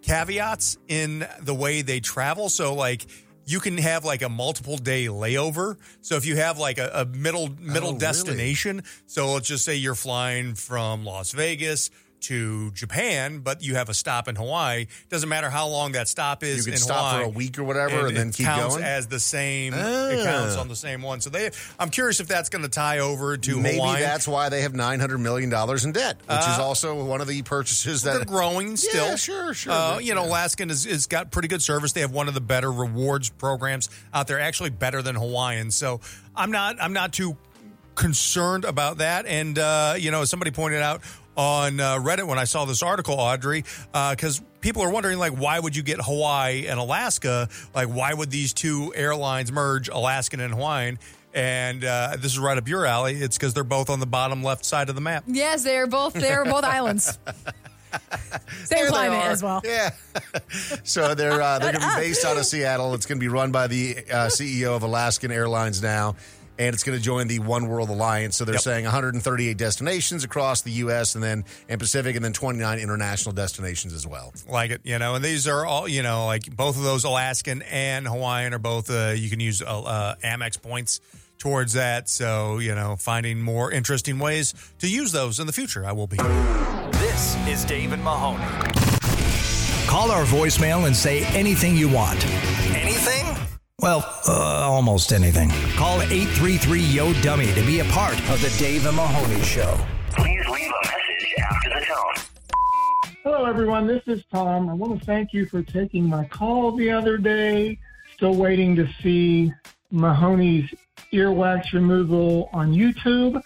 [SPEAKER 5] caveats in the way they travel. So, like. You can have like a multiple day layover. So if you have like a, a middle middle
[SPEAKER 3] Oh, really?
[SPEAKER 5] destination, so let's just say you're flying from Las Vegas to Japan, but you have a stop in Hawaii. Doesn't matter how long that stop is.
[SPEAKER 3] You could
[SPEAKER 5] in
[SPEAKER 3] stop for
[SPEAKER 5] Hawaii,
[SPEAKER 3] a week or whatever and then
[SPEAKER 5] it
[SPEAKER 3] keep
[SPEAKER 5] counts
[SPEAKER 3] going? Ah.
[SPEAKER 5] as the same. It counts on the same one. So they, I'm curious if that's going to tie over to
[SPEAKER 3] Maybe
[SPEAKER 5] Hawaii.
[SPEAKER 3] that's why they have $900 million in debt, which is also one of the purchases
[SPEAKER 5] Uh, they're
[SPEAKER 3] that.
[SPEAKER 5] growing still.
[SPEAKER 3] sure, sure,
[SPEAKER 5] Uh,
[SPEAKER 3] but-
[SPEAKER 5] you know, Alaskan has, has got pretty good service. They have one of the better rewards programs out there, actually better than Hawaiian. So I'm not I'm not too concerned about that. And uh, you know, as somebody pointed out on uh, Reddit when I saw this article, Audrey, because people are wondering like, why would you get Hawaii and Alaska? Like, why would these two airlines merge, Alaskan and Hawaiian? And uh, this is right up your alley. It's because they're both on the bottom left side of the map.
[SPEAKER 4] Yes, they're both they're both islands. Same climate
[SPEAKER 3] are.
[SPEAKER 4] as well.
[SPEAKER 3] Yeah. so they're uh, they're going to be based out of Seattle. It's going to be run by the uh, CEO of Alaskan Airlines now, and it's going to join the One World Alliance. So they're saying 138 destinations across the U.S. and then and Pacific, and then 29 international destinations as well.
[SPEAKER 5] like it, you know. And these are all, you know, like both of those, Alaskan and Hawaiian, are both. Uh, you can use uh, uh, Amex points towards that. So you know, finding more interesting ways to use those in the future. I will be.
[SPEAKER 14] This is Dave and Mahoney.
[SPEAKER 2] Call our voicemail and say anything you want.
[SPEAKER 14] Anything?
[SPEAKER 2] Well, uh, almost anything. Call 833 Yo Dummy to be a part of the Dave and Mahoney Show.
[SPEAKER 1] Please leave a message after the tone.
[SPEAKER 15] Hello, everyone. This is Tom. I want to thank you for taking my call the other day. Still waiting to see Mahoney's earwax removal on YouTube.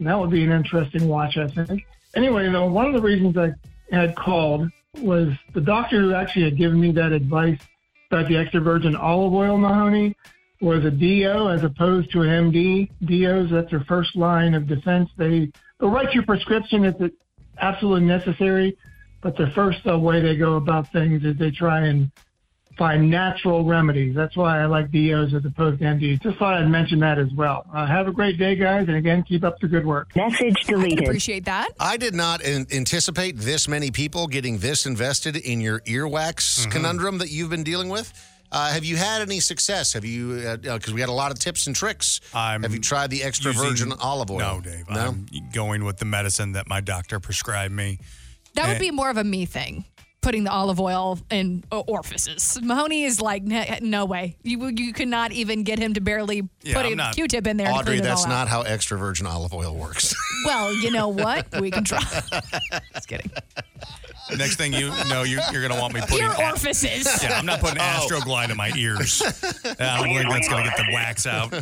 [SPEAKER 15] That would be an interesting watch, I think. Anyway, though, one of the reasons I had called was the doctor who actually had given me that advice about the extra virgin olive oil Mahoney was a DO as opposed to an MD. DOs, that's their first line of defense. They they'll write you a prescription if it's absolutely necessary, but the first uh, way they go about things is they try and find natural remedies. That's why I like DOs as opposed to MDs. Just thought I'd mention that as well. Uh, have a great day, guys, and again, keep up the good work.
[SPEAKER 8] Message deleted.
[SPEAKER 4] Appreciate that.
[SPEAKER 3] I did not an- anticipate this many people getting this invested in your earwax
[SPEAKER 5] Mm-hmm.
[SPEAKER 3] conundrum that you've been dealing with. Uh, have you had any success? Have you? Because uh, 'cause we had a lot of tips and tricks.
[SPEAKER 5] I'm
[SPEAKER 3] have you tried the extra
[SPEAKER 5] Using-
[SPEAKER 3] virgin olive oil?
[SPEAKER 5] No, Dave. I'm going with the medicine that my doctor prescribed me.
[SPEAKER 4] That would
[SPEAKER 5] Eh.
[SPEAKER 4] be more of a me thing. Putting the olive oil in o- orifices. Mahoney is like, "N- no way. You you cannot even get him to barely
[SPEAKER 3] Yeah,
[SPEAKER 4] put
[SPEAKER 3] I'm
[SPEAKER 4] a
[SPEAKER 3] not-
[SPEAKER 4] Q-tip in there. and
[SPEAKER 3] Audrey,
[SPEAKER 4] clean it
[SPEAKER 3] that's
[SPEAKER 4] all
[SPEAKER 3] not
[SPEAKER 4] out.
[SPEAKER 3] how extra virgin olive oil works.
[SPEAKER 4] Well, you know what? We can try.
[SPEAKER 5] Just kidding. Next thing you know, you, you're going to want me putting
[SPEAKER 4] Ear orifices.
[SPEAKER 5] Yeah, I'm not
[SPEAKER 3] Oh.
[SPEAKER 5] putting Astroglide in my ears. I don't believe that's going to get the wax out.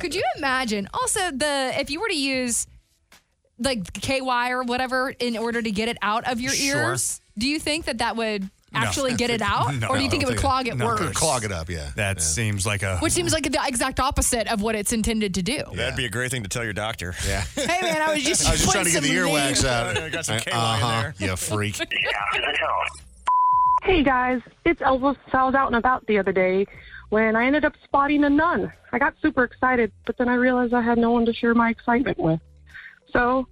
[SPEAKER 4] Could you imagine? Also, the if you were to use like KY or whatever in order to get it out of your
[SPEAKER 3] Sure.
[SPEAKER 4] ears, do you think that that would
[SPEAKER 5] No.
[SPEAKER 4] actually get it out,
[SPEAKER 5] No,
[SPEAKER 4] Oh, or do you
[SPEAKER 5] I
[SPEAKER 4] think it
[SPEAKER 5] don't
[SPEAKER 4] would clog it
[SPEAKER 5] no.
[SPEAKER 4] worse?
[SPEAKER 3] Clog it up, yeah.
[SPEAKER 5] That seems like a.
[SPEAKER 4] Which seems like the exact opposite of what it's intended to do.
[SPEAKER 10] That'd be a great thing to tell your doctor.
[SPEAKER 3] Yeah.
[SPEAKER 4] Hey man, I was just
[SPEAKER 10] I was just
[SPEAKER 4] putting
[SPEAKER 10] trying to get
[SPEAKER 4] some
[SPEAKER 10] the earwax
[SPEAKER 4] lean-
[SPEAKER 10] out. I got some KY in there.
[SPEAKER 3] Uh, uh-huh, You freak.
[SPEAKER 16] Hey guys, it's Elvis. I was out and about the other day when I ended up spotting a nun. I got super excited, but then I realized I had no one to share my excitement with. So,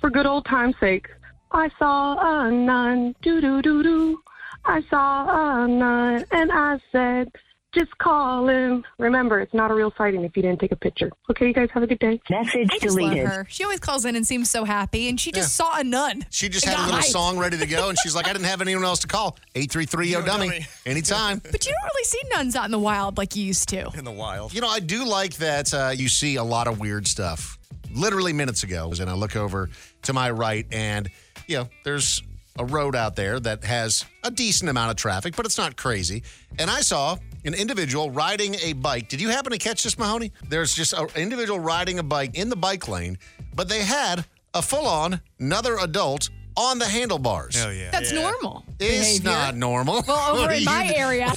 [SPEAKER 16] for good old time's sake, I saw a nun. Doo doo doo doo. I saw a nun, and I said, "Just call him." Remember, it's not a real sighting if you didn't take a picture. Okay, you guys have a good day. Message
[SPEAKER 4] I just love her. She always calls in and seems so happy, and she just saw a nun.
[SPEAKER 3] She just
[SPEAKER 4] And
[SPEAKER 3] had a
[SPEAKER 4] got
[SPEAKER 3] little
[SPEAKER 4] hyped.
[SPEAKER 3] song ready to go, and she's like, I didn't have anyone else to call. 833 yo oh, dummy. Anytime.
[SPEAKER 4] But you don't really see nuns out in the wild like you used to.
[SPEAKER 10] In the wild.
[SPEAKER 3] You know, I do like that uh, you see a lot of weird stuff. Literally minutes ago, and I look over to my right, and you know, there's a road out there that has a decent amount of traffic, but it's not crazy. And I saw an individual riding a bike. Did you happen to catch this, Mahoney? There's just an individual riding a bike in the bike lane, but they had a full-on another adult on the handlebars. Oh yeah,
[SPEAKER 4] That's normal.
[SPEAKER 3] It's
[SPEAKER 4] behavior.
[SPEAKER 3] not normal.
[SPEAKER 4] Well,
[SPEAKER 3] What
[SPEAKER 4] over
[SPEAKER 3] are
[SPEAKER 4] in
[SPEAKER 3] you
[SPEAKER 4] my
[SPEAKER 3] doing?
[SPEAKER 4] area,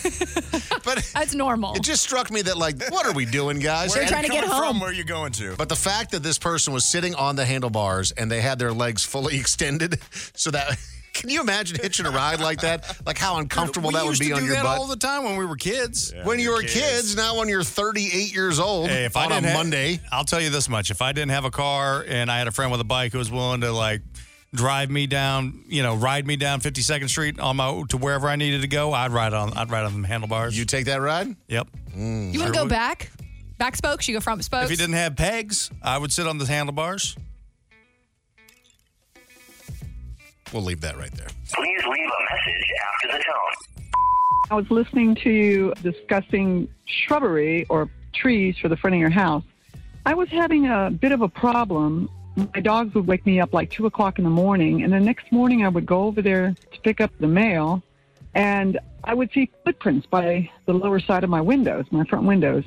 [SPEAKER 3] but
[SPEAKER 4] that's normal.
[SPEAKER 3] It just struck me that, like, what are we doing, guys?
[SPEAKER 4] We're They're trying to get
[SPEAKER 10] Coming
[SPEAKER 4] home.
[SPEAKER 10] From where you going to?
[SPEAKER 3] But the fact that this person was sitting on the handlebars and they had their legs fully extended, so that can you imagine hitching a ride like that? Like how uncomfortable
[SPEAKER 5] we
[SPEAKER 3] that would
[SPEAKER 5] used
[SPEAKER 3] be
[SPEAKER 5] to
[SPEAKER 3] on
[SPEAKER 5] do
[SPEAKER 3] your
[SPEAKER 5] that
[SPEAKER 3] butt.
[SPEAKER 5] all the time when we were kids.
[SPEAKER 3] when you were kids. not when you're 38 years old
[SPEAKER 5] Hey, if I
[SPEAKER 3] on a
[SPEAKER 5] didn't ha-
[SPEAKER 3] Monday.
[SPEAKER 5] I'll tell you this much: if I didn't have a car and I had a friend with a bike who was willing to like drive me down, you know, ride me down 52nd Street on my to wherever I needed to go, I'd ride on. I'd ride on the handlebars. You
[SPEAKER 3] take that ride?
[SPEAKER 5] Yep.
[SPEAKER 4] you want to go back? Back spokes? You go front spokes?
[SPEAKER 5] If he didn't have pegs, I would sit on the handlebars.
[SPEAKER 3] We'll leave that right there.
[SPEAKER 1] Please leave a message after the tone.
[SPEAKER 17] I was listening to you discussing shrubbery or trees for the front of your house. I was having a bit of a problem. My dogs would wake me up like two o'clock in the morning, and the next morning I would go over there to pick up the mail, and I would see footprints by the lower side of my windows, my front windows.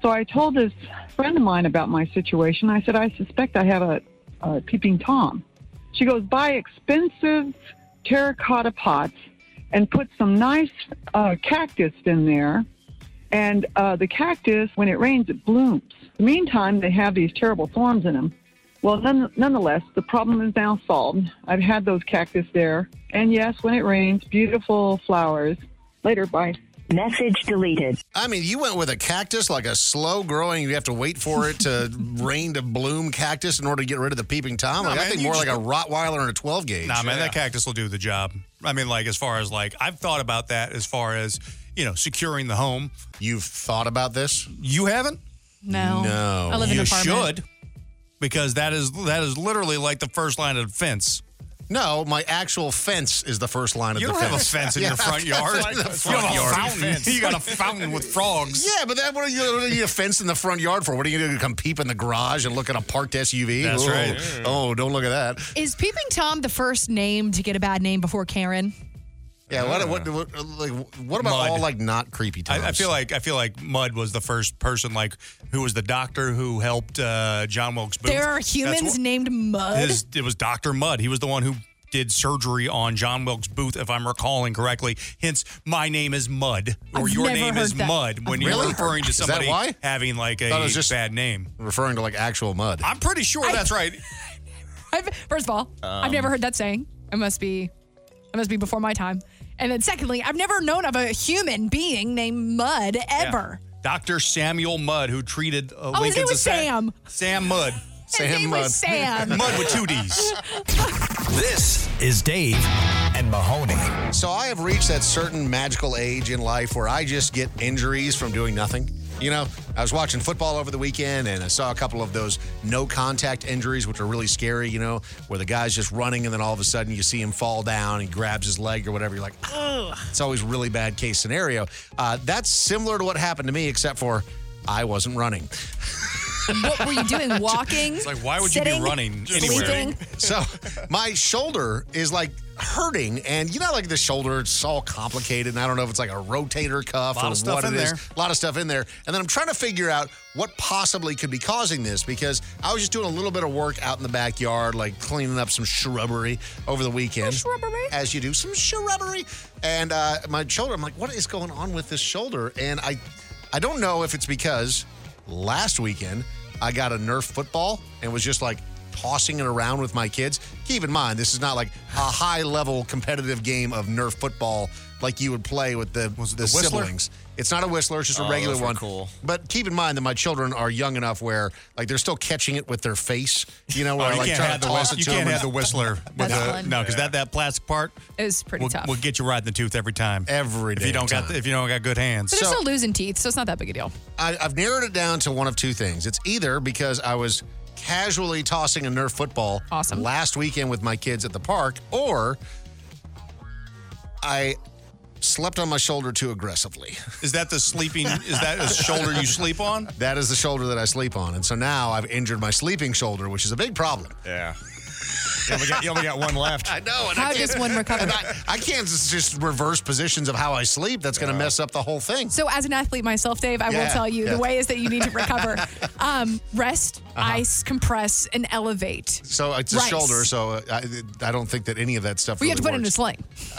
[SPEAKER 17] So I told this friend of mine about my situation. I said, I suspect I have a, a uh, peeping Tom. She goes, buy expensive terracotta pots and put some nice uh, cactus in there. And uh, the cactus, when it rains, it blooms. In the meantime, they have these terrible thorns in them. Well, none, nonetheless, the problem is now solved. I've had those cactus there. And yes, when it rains, beautiful flowers. Later, bye.
[SPEAKER 3] Message deleted. I mean, you went with a cactus, like a slow growing, you have to wait for it to rain to bloom cactus in order to get rid of the peeping Tom.
[SPEAKER 5] Nah,
[SPEAKER 3] Like, I
[SPEAKER 5] man,
[SPEAKER 3] think
[SPEAKER 5] you
[SPEAKER 3] more like
[SPEAKER 5] just-
[SPEAKER 3] a Rottweiler and a 12 gauge.
[SPEAKER 5] Nah, man, that cactus will do the job. I mean, like as far as like I've thought about that as far as you know securing the home.
[SPEAKER 3] You've thought about this?
[SPEAKER 5] You haven't?
[SPEAKER 4] No. I live in
[SPEAKER 5] you
[SPEAKER 4] an apartment.
[SPEAKER 5] should, because that is that is literally like the first line of defense.
[SPEAKER 3] No, my actual fence is the first line of
[SPEAKER 5] You don't
[SPEAKER 3] defense.
[SPEAKER 5] have a fence in your front yard.
[SPEAKER 3] the
[SPEAKER 5] You
[SPEAKER 3] front
[SPEAKER 5] have a
[SPEAKER 3] yard.
[SPEAKER 5] fountain. Fence. You got a fountain with frogs.
[SPEAKER 3] Yeah, but that, what are you what do you need a fence in the front yard for? What are you going to come peep in the garage and look at a parked SUV? oh,
[SPEAKER 5] That's right.
[SPEAKER 3] Oh, don't look at that.
[SPEAKER 4] Is Peeping Tom the first name to get a bad name before Karen?
[SPEAKER 3] Yeah, what, what, what, like, what about
[SPEAKER 5] Uh. Mud.
[SPEAKER 3] all like not creepy times?
[SPEAKER 5] I, I feel like I feel like Mud was the first person like who was the doctor who helped uh, John Wilkes Booth.
[SPEAKER 4] There are
[SPEAKER 5] That's
[SPEAKER 4] humans
[SPEAKER 5] wh-
[SPEAKER 4] named Mud.
[SPEAKER 5] His, it was Doctor Mudd. He was the one who did surgery on John Wilkes Booth, if I'm recalling correctly. Hence, my name is Mud, or
[SPEAKER 3] I've
[SPEAKER 5] your
[SPEAKER 3] never
[SPEAKER 5] name is
[SPEAKER 3] heard that.
[SPEAKER 5] Mud when
[SPEAKER 3] I've
[SPEAKER 5] you're
[SPEAKER 3] never
[SPEAKER 5] referring
[SPEAKER 3] heard
[SPEAKER 5] to
[SPEAKER 3] that. Is that
[SPEAKER 5] somebody
[SPEAKER 3] why?
[SPEAKER 5] having like
[SPEAKER 3] Thought it
[SPEAKER 5] a
[SPEAKER 3] was just-
[SPEAKER 5] bad name.
[SPEAKER 3] referring to like actual mud.
[SPEAKER 5] I'm pretty sure that's right.
[SPEAKER 4] I've, first of all, I've
[SPEAKER 5] Um,
[SPEAKER 4] never heard that saying. It must be, it must be before my time. And then secondly, I've never known of a human being named Mud ever.
[SPEAKER 5] Doctor Samuel Mudd, who treated uh,
[SPEAKER 4] Oh, his
[SPEAKER 5] Lincoln's
[SPEAKER 4] name was
[SPEAKER 5] assass-
[SPEAKER 4] Sam.
[SPEAKER 5] Sam Mudd.
[SPEAKER 4] Sam name was Mudd. Sam.
[SPEAKER 5] Mudd with two D's.
[SPEAKER 2] This is Dave and Mahoney.
[SPEAKER 3] So I have reached that certain magical age in life where I just get injuries from doing nothing. You know, I was watching football over the weekend and I saw a couple of those no contact injuries, which are really scary, you know, where the guy's just running and then all of a sudden you see him fall down and grabs his leg or whatever. You're like, oh, it's always really bad case scenario. Uh, that's similar to what happened to me, except for I wasn't running.
[SPEAKER 4] what were you doing? Walking?
[SPEAKER 5] It's like, why would you be
[SPEAKER 4] Sitting?
[SPEAKER 5] running
[SPEAKER 4] Just
[SPEAKER 5] anywhere?
[SPEAKER 4] sleeping?
[SPEAKER 3] so my shoulder is like hurting and you know like the shoulder it's all complicated and i don't know if it's like a rotator cuff
[SPEAKER 5] Lot
[SPEAKER 3] or
[SPEAKER 5] of stuff
[SPEAKER 3] what it
[SPEAKER 5] in
[SPEAKER 3] is.
[SPEAKER 5] there.
[SPEAKER 3] a lot of stuff in there and then i'm trying to figure out what possibly could be causing this because i was just doing a little bit of work out in the backyard like cleaning up some shrubbery over the weekend shrubbery as you do some shrubbery and uh, my shoulder i'm like what is going on with this shoulder and i i don't know if it's because last weekend I got a Nerf football and was just like tossing it around with my kids. Keep in mind, this is not like a high level competitive game of Nerf football like you would play with the, the,
[SPEAKER 10] Whistler?
[SPEAKER 3] siblings. It's not a whistler, it's just
[SPEAKER 10] Oh,
[SPEAKER 3] a regular
[SPEAKER 10] those were
[SPEAKER 3] one.
[SPEAKER 10] cool.
[SPEAKER 3] But keep in mind that my children are young enough where like they're still catching it with their face. You know, where
[SPEAKER 5] Oh,
[SPEAKER 3] I
[SPEAKER 5] you
[SPEAKER 3] like
[SPEAKER 5] can't
[SPEAKER 3] trying
[SPEAKER 5] have
[SPEAKER 3] to
[SPEAKER 5] the
[SPEAKER 3] toss
[SPEAKER 5] whist-
[SPEAKER 3] it
[SPEAKER 5] you
[SPEAKER 3] to
[SPEAKER 5] can't
[SPEAKER 3] them.
[SPEAKER 5] have the whistler with
[SPEAKER 4] That's
[SPEAKER 5] the,
[SPEAKER 4] fun.
[SPEAKER 5] no, because that that plastic part
[SPEAKER 4] It was pretty
[SPEAKER 5] will,
[SPEAKER 4] tough.
[SPEAKER 5] will get you right in the tooth every time.
[SPEAKER 3] Every
[SPEAKER 5] if you
[SPEAKER 3] damn
[SPEAKER 5] don't got
[SPEAKER 3] time.
[SPEAKER 5] if you don't got good hands.
[SPEAKER 4] But they're still losing teeth, so it's not that big a deal.
[SPEAKER 3] I, I've narrowed it down to one of two things. It's either because I was casually tossing a Nerf football
[SPEAKER 4] Awesome.
[SPEAKER 3] last weekend with my kids at the park, or I slept on my shoulder too aggressively.
[SPEAKER 5] Is that the sleeping? Is that a shoulder you sleep on?
[SPEAKER 3] That is the shoulder that I sleep on. And so now I've injured my sleeping shoulder, which is a big problem.
[SPEAKER 5] Yeah. You only got, you only got one left.
[SPEAKER 3] I know. and I
[SPEAKER 4] How
[SPEAKER 3] can't-
[SPEAKER 4] does one recover?
[SPEAKER 3] and I, I can't s- just reverse positions of how I sleep. That's going to mess up the whole thing.
[SPEAKER 4] So, as an athlete myself, Dave, I will
[SPEAKER 3] Yeah,
[SPEAKER 4] tell you
[SPEAKER 3] yeah. Uh-huh.
[SPEAKER 4] the way is that you need to recover: um, rest, ice, compress, and elevate.
[SPEAKER 3] So it's a
[SPEAKER 4] Rice.
[SPEAKER 3] shoulder. So uh, I, I don't think that any of that stuff.
[SPEAKER 4] We have to
[SPEAKER 3] really
[SPEAKER 4] put it in a
[SPEAKER 3] works.
[SPEAKER 4] sling.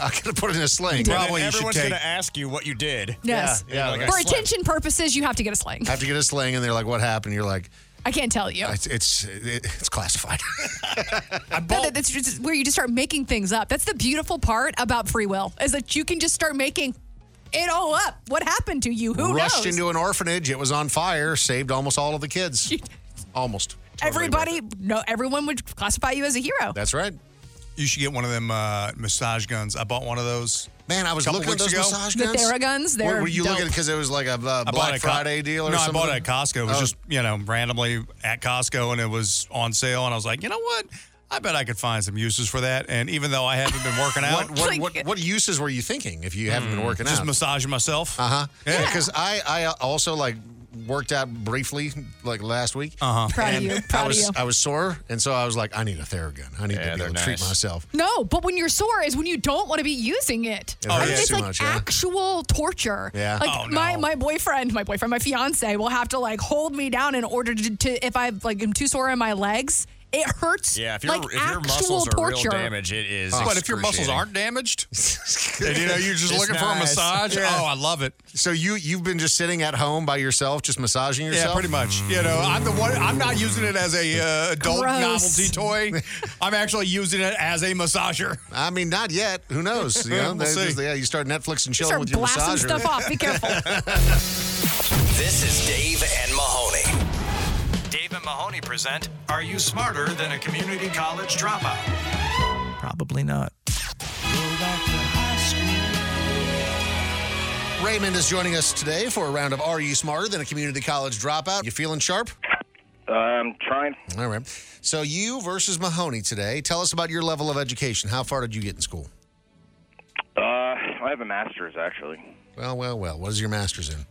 [SPEAKER 3] I'm gonna put it in a sling.
[SPEAKER 10] And then
[SPEAKER 5] Probably you should
[SPEAKER 10] everyone's
[SPEAKER 5] take-
[SPEAKER 10] going to ask you what you did.
[SPEAKER 4] Yes.
[SPEAKER 3] Yeah, yeah, like I
[SPEAKER 4] For
[SPEAKER 3] slept.
[SPEAKER 4] attention purposes, you have to get a sling.
[SPEAKER 3] I have to get a sling, and they're like, "What happened?" You're like,
[SPEAKER 4] I can't tell you.
[SPEAKER 3] "It's it's it- it's classified."
[SPEAKER 4] No, that- that's just where you just start making things up. That's the beautiful part about free will is that you can just start making it all up. What happened to you? Who
[SPEAKER 3] Rushed
[SPEAKER 4] knows?
[SPEAKER 3] into an orphanage. It was on fire. Saved almost all of the kids. almost Totally
[SPEAKER 4] Everybody, no, everyone would classify you as a hero.
[SPEAKER 3] worth it. That's right.
[SPEAKER 5] You should get one of them uh, massage guns. I bought one of those.
[SPEAKER 3] Man, I was
[SPEAKER 5] Couple
[SPEAKER 3] looking at those
[SPEAKER 5] weeks ago?
[SPEAKER 3] massage
[SPEAKER 4] The
[SPEAKER 3] guns. What
[SPEAKER 4] Theraguns, they're
[SPEAKER 3] were you
[SPEAKER 4] dope.
[SPEAKER 3] looking because it was like a uh,
[SPEAKER 5] I bought it
[SPEAKER 3] Black
[SPEAKER 5] at Co-
[SPEAKER 3] Friday deal or
[SPEAKER 5] no,
[SPEAKER 3] something?
[SPEAKER 5] I bought it at Costco. It was
[SPEAKER 3] Oh.
[SPEAKER 5] just, you know, randomly at Costco and it was on sale. And I was like, you know what? I bet I could find some uses for that. And even though I haven't been working out, Hmm.
[SPEAKER 3] What what, what what uses were you thinking if you haven't been working
[SPEAKER 5] just
[SPEAKER 3] out?
[SPEAKER 5] massaging myself.
[SPEAKER 3] Uh huh. Yeah,
[SPEAKER 5] Yeah.
[SPEAKER 3] because I I uh, also like worked out briefly like last week.
[SPEAKER 5] Uh huh.
[SPEAKER 4] Proud of
[SPEAKER 3] And
[SPEAKER 4] you.
[SPEAKER 3] I
[SPEAKER 4] Proud
[SPEAKER 3] was
[SPEAKER 4] of you.
[SPEAKER 3] I was sore, and so I was like, I need a Theragun. I need
[SPEAKER 10] Yeah,
[SPEAKER 3] to be
[SPEAKER 10] they're
[SPEAKER 3] able to treat
[SPEAKER 10] nice.
[SPEAKER 3] myself.
[SPEAKER 4] No, but when you're sore is when you don't want to be using it.
[SPEAKER 3] It
[SPEAKER 5] Oh,
[SPEAKER 4] I mean,
[SPEAKER 5] yeah.
[SPEAKER 4] it's
[SPEAKER 3] Too
[SPEAKER 4] like
[SPEAKER 3] much, yeah.
[SPEAKER 4] actual torture.
[SPEAKER 3] Yeah.
[SPEAKER 4] Like
[SPEAKER 5] Oh, no.
[SPEAKER 4] my my boyfriend, my boyfriend, my fiance will have to like hold me down in order to, to if I like am too sore in my legs, it hurts.
[SPEAKER 10] Yeah, if, your
[SPEAKER 4] like
[SPEAKER 10] if your
[SPEAKER 4] actual
[SPEAKER 10] muscles are
[SPEAKER 4] torture.
[SPEAKER 10] real damage, it is.
[SPEAKER 5] But if your muscles
[SPEAKER 10] excruciating.
[SPEAKER 5] aren't damaged, and, you know, you're just
[SPEAKER 10] It's
[SPEAKER 5] looking for a
[SPEAKER 10] nice.
[SPEAKER 5] massage.
[SPEAKER 3] Yeah.
[SPEAKER 5] Oh, I love it.
[SPEAKER 3] So you you've been just sitting at home by yourself, just massaging yourself.
[SPEAKER 5] Yeah, pretty much. You know, I'm the one. I'm not using it as a uh, adult
[SPEAKER 4] Gross.
[SPEAKER 5] novelty toy. I'm actually using it as a massager.
[SPEAKER 3] I mean, not yet. Who knows? You know,
[SPEAKER 5] We'll
[SPEAKER 3] That's
[SPEAKER 5] see.
[SPEAKER 3] just- yeah, you start Netflix and
[SPEAKER 4] You
[SPEAKER 3] chilling
[SPEAKER 4] start
[SPEAKER 3] with your
[SPEAKER 4] blasting
[SPEAKER 3] massager.
[SPEAKER 4] stuff off. Be careful.
[SPEAKER 14] This is Dave and Mahoney.
[SPEAKER 2] Dave and Mahoney present.
[SPEAKER 14] Are you smarter than a community college dropout?
[SPEAKER 10] Probably not.
[SPEAKER 3] Raymond is joining us today for a round of Are You Smarter Than a Community College Dropout? You feeling sharp?
[SPEAKER 18] I'm Um, trying.
[SPEAKER 3] All right. So you versus Mahoney today. Tell us about your level of education. How far did you get in school?
[SPEAKER 18] Uh, I have a master's actually,
[SPEAKER 3] Well, well, well. What is your master's in?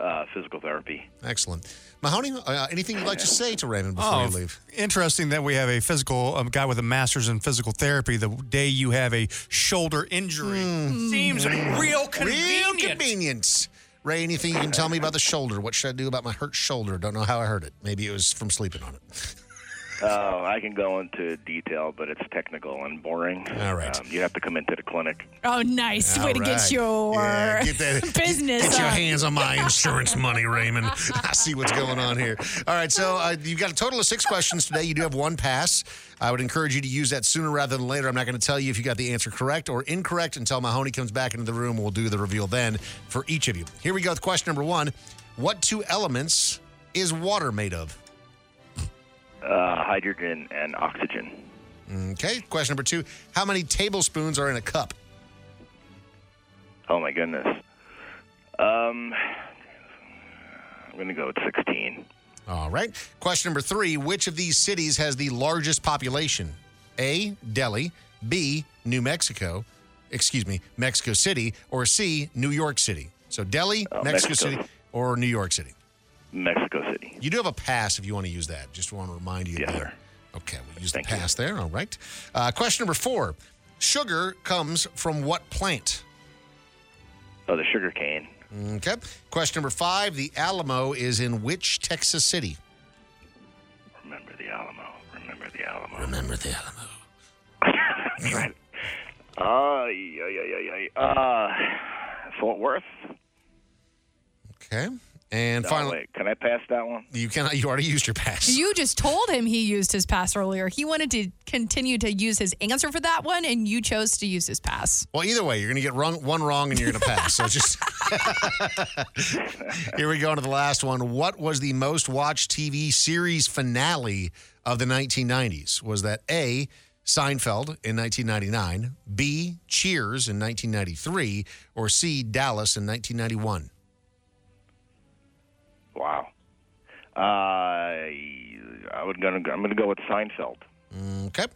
[SPEAKER 18] uh, physical therapy.
[SPEAKER 3] Excellent. Mahoney, uh, anything you'd like to say to Raymond before you leave?
[SPEAKER 5] Oh, interesting that we have a physical a guy with a master's in physical therapy. The day you have a shoulder injury seems real
[SPEAKER 3] Hmm. Real
[SPEAKER 5] convenient.
[SPEAKER 3] convenience. Ray, anything you can tell me about the shoulder? What should I do about my hurt shoulder? Don't know how I hurt it. Maybe it was from sleeping on it.
[SPEAKER 18] Uh, I can go into detail, but it's technical and boring.
[SPEAKER 3] All right.
[SPEAKER 18] Um, you have to come into the clinic.
[SPEAKER 4] Oh, nice way to get
[SPEAKER 3] right.
[SPEAKER 4] your
[SPEAKER 3] Yeah, get that-
[SPEAKER 4] business.
[SPEAKER 3] Get your
[SPEAKER 4] up.
[SPEAKER 3] hands on my insurance money, Raymond. I see what's going on here. All right, so uh, you've got a total of six questions today. You do have one pass. I would encourage you to use that sooner rather than later. I'm not going to tell you if you got the answer correct or incorrect until Mahoney comes back into the room. We'll do the reveal then for each of you. Here we go with question number one What two elements is water made of?
[SPEAKER 18] Uh, hydrogen and oxygen.
[SPEAKER 3] Okay, question number two How many tablespoons are in a cup?
[SPEAKER 18] Oh my goodness. Um, I'm going to go with 16.
[SPEAKER 3] All right. Question number three Which of these cities has the largest population? A. Delhi. B. New Mexico. Excuse me, Mexico City. Or C. New York City. So Delhi,
[SPEAKER 18] Uh,
[SPEAKER 3] Mexico,
[SPEAKER 18] Mexico.
[SPEAKER 3] City, or New York City.
[SPEAKER 18] Mexico City.
[SPEAKER 3] You do have a pass if you want to use that. Just want to remind you. Yes, sir. Okay, we'll use the pass there. All right. Uh, question number four Sugar comes from what plant?
[SPEAKER 18] Oh, the sugar cane.
[SPEAKER 3] Okay. Question number five The Alamo is in which Texas city?
[SPEAKER 18] Remember the Alamo. Remember the Alamo.
[SPEAKER 3] Remember the Alamo.
[SPEAKER 18] Uh, yeah, yeah, yeah, yeah. Uh, Fort Worth.
[SPEAKER 3] Okay. And
[SPEAKER 18] No,
[SPEAKER 3] finally,
[SPEAKER 18] wait, can I pass that one?
[SPEAKER 3] you cannot. You already used your pass.
[SPEAKER 4] You just told him he used his pass earlier. He wanted to continue to use his answer for that one, and you chose to use his pass.
[SPEAKER 3] Well, either way, you're going to get wrong, one wrong and you're going to pass. So just here we go into the last one. What was the most watched TV series finale of the 1990s? Was that A. Seinfeld in 1999, B. Cheers in 1993, or C. Dallas in 1991?
[SPEAKER 18] Wow. Uh, I would gonna. I'm gonna go with Seinfeld.
[SPEAKER 3] Okay.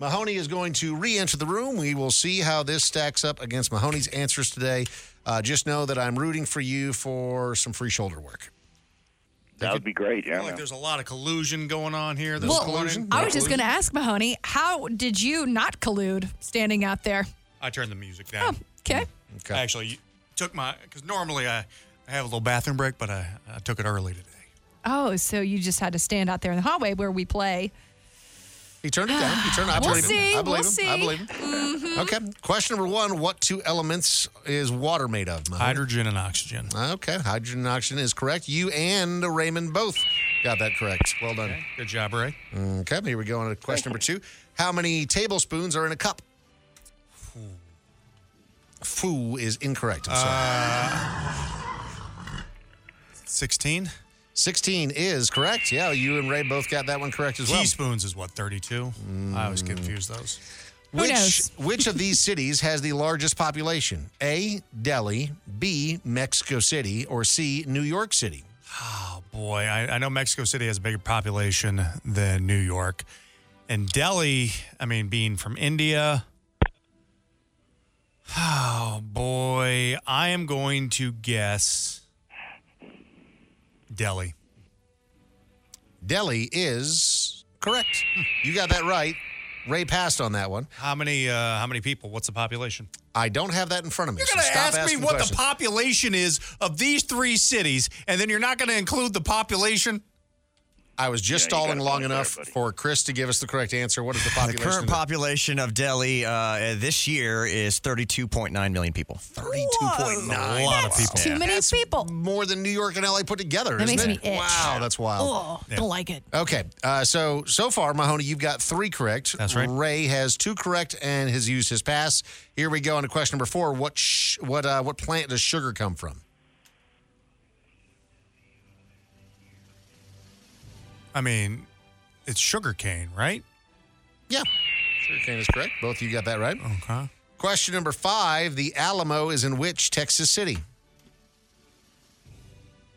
[SPEAKER 3] Mahoney is going to re enter the room. We will see how this stacks up against Mahoney's answers today. Uh, just know that I'm rooting for you for some free shoulder work.
[SPEAKER 18] That would be great. Yeah.
[SPEAKER 5] I feel like there's a lot of collusion going on here. There's
[SPEAKER 4] Well,
[SPEAKER 5] collusion.
[SPEAKER 4] I was just going to ask Mahoney, how did you not collude standing out there? Oh,
[SPEAKER 5] I turned the music down.
[SPEAKER 4] Okay.
[SPEAKER 3] Okay.
[SPEAKER 5] I actually took my because normally I, I have a little bathroom break, but I, I took it early today.
[SPEAKER 4] Oh, so you just had to stand out there in the hallway where we play.
[SPEAKER 3] He turned it down. He turned. I
[SPEAKER 4] We'll
[SPEAKER 3] believe
[SPEAKER 4] see.
[SPEAKER 3] him. I believe
[SPEAKER 4] We'll
[SPEAKER 3] him. I
[SPEAKER 4] see. Mm-hmm.
[SPEAKER 3] believe him. Okay. Question number one: What two elements is water made of?
[SPEAKER 5] Hydrogen and oxygen.
[SPEAKER 3] Okay. Hydrogen and oxygen is correct. You and Raymond both got that correct. Well done.
[SPEAKER 5] Good job, Ray.
[SPEAKER 3] Okay. Here we go on to question number two: How many tablespoons are in a cup? Foo is incorrect. I'm sorry.
[SPEAKER 5] Sixteen.
[SPEAKER 3] Sixteen is correct. Yeah, you and Ray both got that one correct as well.
[SPEAKER 5] Teaspoons is what thirty-two. I always confuse those.
[SPEAKER 4] Who
[SPEAKER 3] Which
[SPEAKER 4] knows?
[SPEAKER 3] which of these cities has the largest population? A. Delhi, B. Mexico City, or C. New York City?
[SPEAKER 5] Oh boy, I, I know Mexico City has a bigger population than New York, and Delhi. I mean, being from India. Oh boy, I am going to guess Delhi.
[SPEAKER 3] Delhi is correct. Hmm, You got that right. Ray passed on that one.
[SPEAKER 5] How many? Uh, how many people? What's the population?
[SPEAKER 3] I don't have that in front of me.
[SPEAKER 5] You're
[SPEAKER 3] so
[SPEAKER 5] going to
[SPEAKER 3] stop
[SPEAKER 5] ask me
[SPEAKER 3] asking
[SPEAKER 5] what
[SPEAKER 3] questions.
[SPEAKER 5] the population is of these three cities, and then you're not going to include the population.
[SPEAKER 3] I was just
[SPEAKER 10] Yeah, you
[SPEAKER 3] stalling
[SPEAKER 10] gotta
[SPEAKER 3] long
[SPEAKER 10] know better,
[SPEAKER 3] enough
[SPEAKER 10] buddy.
[SPEAKER 3] for Chris to give us the correct answer. What is the population?
[SPEAKER 10] The current population of Delhi uh, this year is 32.9 million people. Whoa.
[SPEAKER 3] 32.9.
[SPEAKER 10] A lot of people.
[SPEAKER 4] Too many
[SPEAKER 3] That's
[SPEAKER 4] people.
[SPEAKER 3] More than New York and LA put together.
[SPEAKER 4] That
[SPEAKER 3] isn't
[SPEAKER 4] makes
[SPEAKER 3] it?
[SPEAKER 4] me itch.
[SPEAKER 3] Wow, that's wild.
[SPEAKER 4] Oh, don't like it.
[SPEAKER 3] Okay, uh, so so far, Mahoney, you've got three correct.
[SPEAKER 5] That's right.
[SPEAKER 3] Ray has two correct and has used his pass. Here we go on to question number four. What sh- what uh, what plant does sugar come from?
[SPEAKER 5] I mean, it's sugar cane, right?
[SPEAKER 3] Yeah, sugar cane is correct. Both of you got that right.
[SPEAKER 5] Okay.
[SPEAKER 3] Question number five: The Alamo is in which Texas city?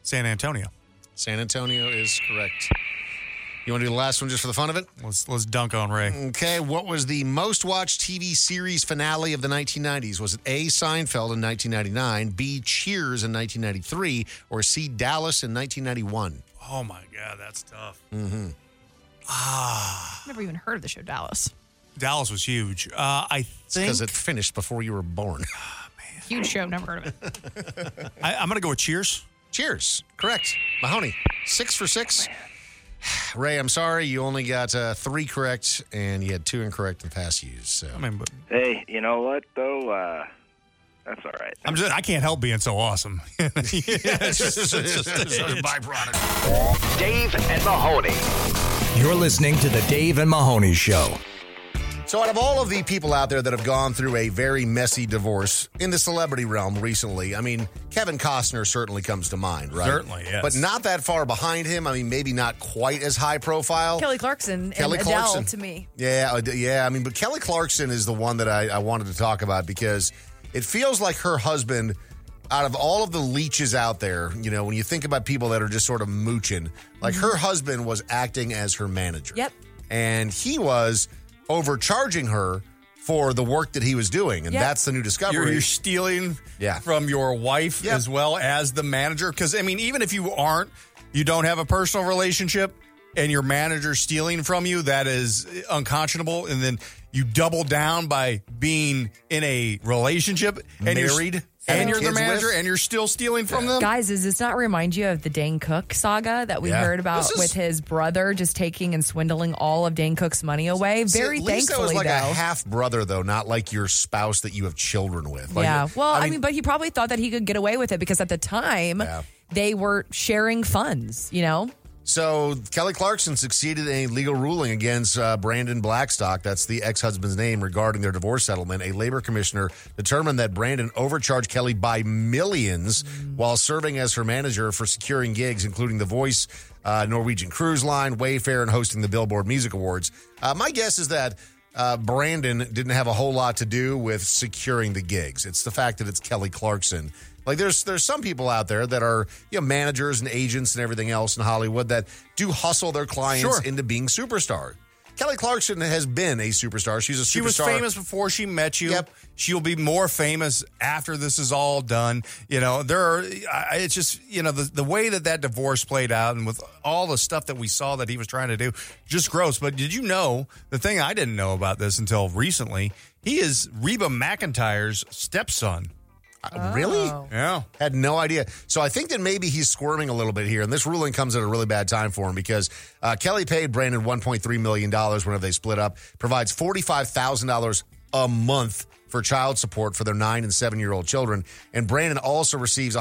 [SPEAKER 5] San Antonio.
[SPEAKER 3] San Antonio is correct. You want to do the last one just for the fun of it?
[SPEAKER 5] Let's let's dunk on Ray.
[SPEAKER 3] Okay. What was the most watched TV series finale of the 1990s? Was it A. Seinfeld in 1999, B. Cheers in 1993, or C. Dallas in 1991?
[SPEAKER 5] Oh my God, that's tough.
[SPEAKER 3] Mm-hmm.
[SPEAKER 5] Ah,
[SPEAKER 4] Never even heard of the show Dallas.
[SPEAKER 5] Dallas was huge. Uh, I think
[SPEAKER 3] Because it finished before you were born.
[SPEAKER 4] Huge show. Never heard of it.
[SPEAKER 5] I, I'm going to go with Cheers.
[SPEAKER 3] Cheers. Correct. Mahoney, six for six. Ray, I'm sorry. You only got uh, three correct, and you had two incorrect and pass used. So.
[SPEAKER 5] I mean, but
[SPEAKER 18] Hey, you know what though? Uh, that's all right.
[SPEAKER 5] I'm just I can't help being so awesome. it's just, it's just- it's just-
[SPEAKER 14] Dave and Mahoney.
[SPEAKER 2] You're listening to The Dave and Mahoney Show.
[SPEAKER 3] So, out of all of the people out there that have gone through a very messy divorce in the celebrity realm recently, I mean, Kevin Costner certainly comes to mind, right?
[SPEAKER 5] Certainly, yes.
[SPEAKER 3] But not that far behind him. I mean, maybe not quite as high profile.
[SPEAKER 6] Kelly Clarkson
[SPEAKER 3] Kelly
[SPEAKER 6] and
[SPEAKER 3] Clarkson.
[SPEAKER 6] Adele to me.
[SPEAKER 3] Yeah, I d- yeah. I mean, but Kelly Clarkson is the one that I, I wanted to talk about because it feels like her husband out of all of the leeches out there, you know, when you think about people that are just sort of mooching, like her husband was acting as her manager.
[SPEAKER 4] Yep.
[SPEAKER 3] And he was overcharging her for the work that he was doing. And
[SPEAKER 5] Yep.
[SPEAKER 3] that's the new discovery.
[SPEAKER 5] You're, you're stealing from your wife as well as the manager. Because, I mean, even if you aren't, you don't have a personal relationship and your manager's stealing from you, that is unconscionable. And then you double down by being in a relationship and
[SPEAKER 3] Married,
[SPEAKER 5] you're, and you're the
[SPEAKER 3] kids
[SPEAKER 5] manager
[SPEAKER 3] with.
[SPEAKER 5] and you're still stealing from them.
[SPEAKER 4] Guys, does this not remind you of the Dane Cook saga that we
[SPEAKER 5] Yeah.
[SPEAKER 4] heard about
[SPEAKER 5] This is-
[SPEAKER 4] with his brother just taking and swindling all of Dane Cook's money away?
[SPEAKER 3] See,
[SPEAKER 4] Very
[SPEAKER 3] at least that was
[SPEAKER 4] thankfully,
[SPEAKER 3] like
[SPEAKER 4] though.
[SPEAKER 3] a half brother, though, not like your spouse that you have children with. Like,
[SPEAKER 4] yeah. Well, I mean, but he probably thought that he could get away with it because at the time they were sharing funds, you know?
[SPEAKER 3] So Kelly Clarkson succeeded in a legal ruling against uh, Brandon Blackstock, that's the ex husband's name, regarding their divorce settlement. A labor commissioner determined that Brandon overcharged Kelly by millions
[SPEAKER 4] Mm.
[SPEAKER 3] while serving as her manager for securing gigs, including The Voice, uh, Norwegian Cruise Line, Wayfair, and hosting the Billboard Music Awards. Uh, my guess is that. Uh, Brandon didn't have a whole lot to do with securing the gigs. It's the fact that it's Kelly Clarkson like there's there's some people out there that are you know managers and agents and everything else in Hollywood that do hustle their clients
[SPEAKER 5] Sure.
[SPEAKER 3] into being superstar. Kelly Clarkson has been a superstar. She's a superstar.
[SPEAKER 5] She was famous before she met you. She'll be more famous after this is all done. You know, there are, I- it's just, you know, the, the way that that divorce played out and with all the stuff that we saw that he was trying to do, just gross. But did you know the thing I didn't know about this until recently? He is Reba McIntyre's stepson.
[SPEAKER 3] Uh, Really?
[SPEAKER 5] Yeah.
[SPEAKER 3] Had no idea. So I think that maybe he's squirming a little bit here, and this ruling comes at a really bad time for him because uh, Kelly paid Brandon $1.3 million whenever they split up, provides $45,000 a month for child support for their nine and seven year old children. And Brandon also receives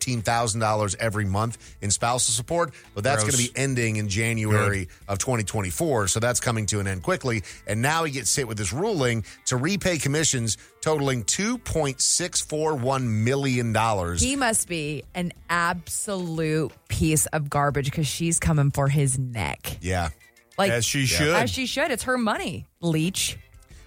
[SPEAKER 3] $115,000 every month in spousal support, but that's
[SPEAKER 5] Gross.
[SPEAKER 3] going to be ending in January of 2024. So that's coming to an end quickly. And now he gets hit with this ruling to repay commissions totaling $2.641 million.
[SPEAKER 4] He must be an absolute piece of garbage because she's coming for his neck.
[SPEAKER 3] Yeah.
[SPEAKER 4] Like
[SPEAKER 3] As she should.
[SPEAKER 4] As she should. It's her money. Leech.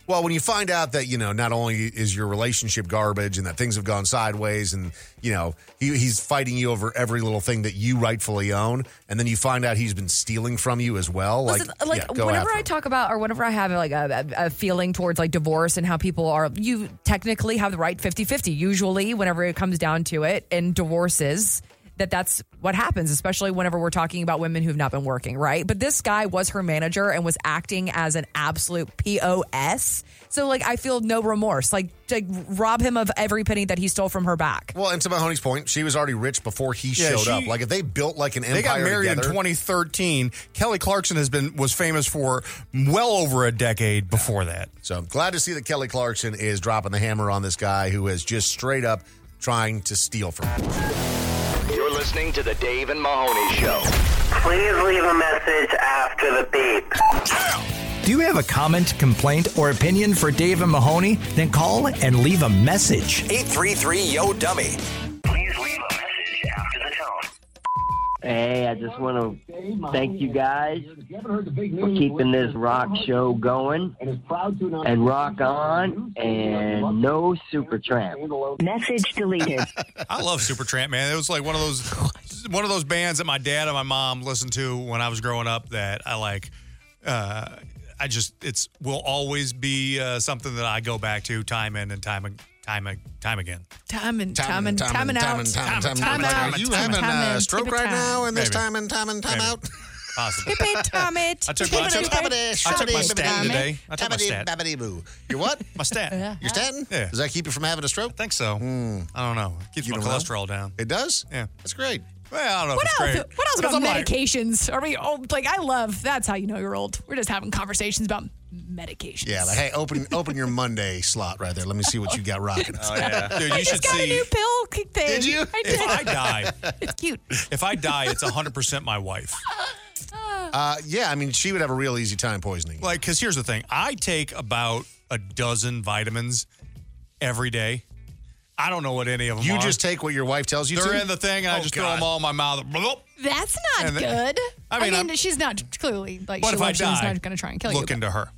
[SPEAKER 3] Well, when you find out that, you know, not only is your relationship garbage and that things have gone sideways and, you know, he, he's fighting you over every little thing that you rightfully own. And then you find out he's been stealing from you as well.
[SPEAKER 4] Listen,
[SPEAKER 16] uh,
[SPEAKER 3] like,
[SPEAKER 4] like
[SPEAKER 3] yeah, go
[SPEAKER 4] whenever
[SPEAKER 3] after
[SPEAKER 4] I
[SPEAKER 3] him.
[SPEAKER 4] talk about or whenever I have like a, a a feeling towards like divorce and how people are, you technically have the right 50 50 usually whenever it comes down to it in divorces that that's what happens, especially whenever we're talking about women who've not been working, right? But this guy was her manager and was acting as an absolute POS. So like I feel no remorse, like like rob him of every penny that he stole from her back.
[SPEAKER 3] Well, and to Mahoney's point, she was already rich before he
[SPEAKER 5] Yeah,
[SPEAKER 3] showed
[SPEAKER 5] she-
[SPEAKER 3] up. Like, if they built like an empire
[SPEAKER 5] They got married
[SPEAKER 3] together-
[SPEAKER 5] in 2013. Kelly Clarkson has been was famous for well over a decade before that.
[SPEAKER 3] So I'm glad to see that Kelly Clarkson is dropping the hammer on this guy who is just straight up trying to steal from him.
[SPEAKER 19] You're listening to the Dave and Mahoney Show.
[SPEAKER 18] Please leave a message after the beep.
[SPEAKER 2] Do you have a comment, complaint, or opinion for Dave and Mahoney? Then call and leave a message.
[SPEAKER 19] 833 Yo Dummy.
[SPEAKER 9] Hey, I just want to thank you guys for keeping this rock show going. And rock on, and no super tramp.
[SPEAKER 20] Message deleted.
[SPEAKER 5] I love Supertramp, man. It was like one of those one of those bands that my dad and my mom listened to when I was growing up that I like uh I just it's will always be uh, something that I go back to time in and time ag- time ag- time again.
[SPEAKER 16] Time and time and time and out.
[SPEAKER 5] time and- time
[SPEAKER 16] Time
[SPEAKER 5] and-
[SPEAKER 16] out.
[SPEAKER 5] Are you
[SPEAKER 16] Time
[SPEAKER 5] having
[SPEAKER 16] and-
[SPEAKER 5] a
[SPEAKER 16] time and-
[SPEAKER 5] stroke
[SPEAKER 16] Tip it
[SPEAKER 5] right
[SPEAKER 16] time.
[SPEAKER 5] now in this Maybe. time
[SPEAKER 3] and time and time
[SPEAKER 5] Maybe.
[SPEAKER 3] out?
[SPEAKER 5] Possibly.
[SPEAKER 16] Time it.
[SPEAKER 5] I took my- I took- I took my statin today. I took my statin.
[SPEAKER 3] boo. Your what?
[SPEAKER 5] My statin.
[SPEAKER 3] Your statin?
[SPEAKER 5] Yeah.
[SPEAKER 3] Does that keep you from having a stroke? I
[SPEAKER 5] think so. I Hmm. don't know. It keeps
[SPEAKER 3] You
[SPEAKER 5] my
[SPEAKER 3] don't know?
[SPEAKER 5] cholesterol down.
[SPEAKER 3] It does?
[SPEAKER 5] Yeah.
[SPEAKER 3] That's great.
[SPEAKER 5] Well, I don't know
[SPEAKER 16] What
[SPEAKER 5] if it's
[SPEAKER 16] else?
[SPEAKER 5] great.
[SPEAKER 16] What else
[SPEAKER 5] Because
[SPEAKER 16] about
[SPEAKER 5] I'm like-
[SPEAKER 16] medications? Are we old? Like I love. That's how you know you're old. We're just having conversations about medications.
[SPEAKER 3] Yeah, like, hey, open open your Monday slot right there. Let me see what you got rocking.
[SPEAKER 5] Oh, yeah. Dude,
[SPEAKER 16] I
[SPEAKER 5] you
[SPEAKER 16] just
[SPEAKER 5] should
[SPEAKER 16] got a
[SPEAKER 5] see
[SPEAKER 16] new pill kick thing.
[SPEAKER 5] Did you?
[SPEAKER 16] I
[SPEAKER 5] If
[SPEAKER 16] did.
[SPEAKER 5] I die,
[SPEAKER 16] it's cute.
[SPEAKER 5] if I die, it's 100% my wife.
[SPEAKER 3] Uh, yeah, I mean, she would have a real easy time poisoning.
[SPEAKER 5] Like, because here's the thing I take about a dozen vitamins every day. I don't know what any of them
[SPEAKER 3] You
[SPEAKER 5] are.
[SPEAKER 3] just take what your wife tells you to.
[SPEAKER 5] They're in the thing, and I
[SPEAKER 3] Oh,
[SPEAKER 5] just throw
[SPEAKER 3] God.
[SPEAKER 5] them all in my mouth. Bloop.
[SPEAKER 16] That's not
[SPEAKER 5] And then-
[SPEAKER 16] good.
[SPEAKER 5] I
[SPEAKER 16] I
[SPEAKER 5] mean,
[SPEAKER 16] mean,
[SPEAKER 5] I'm-
[SPEAKER 16] she's not clearly like
[SPEAKER 5] What
[SPEAKER 16] she
[SPEAKER 5] if I
[SPEAKER 16] loves you, she's
[SPEAKER 5] die?
[SPEAKER 16] not going to try and kill
[SPEAKER 5] Look
[SPEAKER 16] you.
[SPEAKER 5] into her.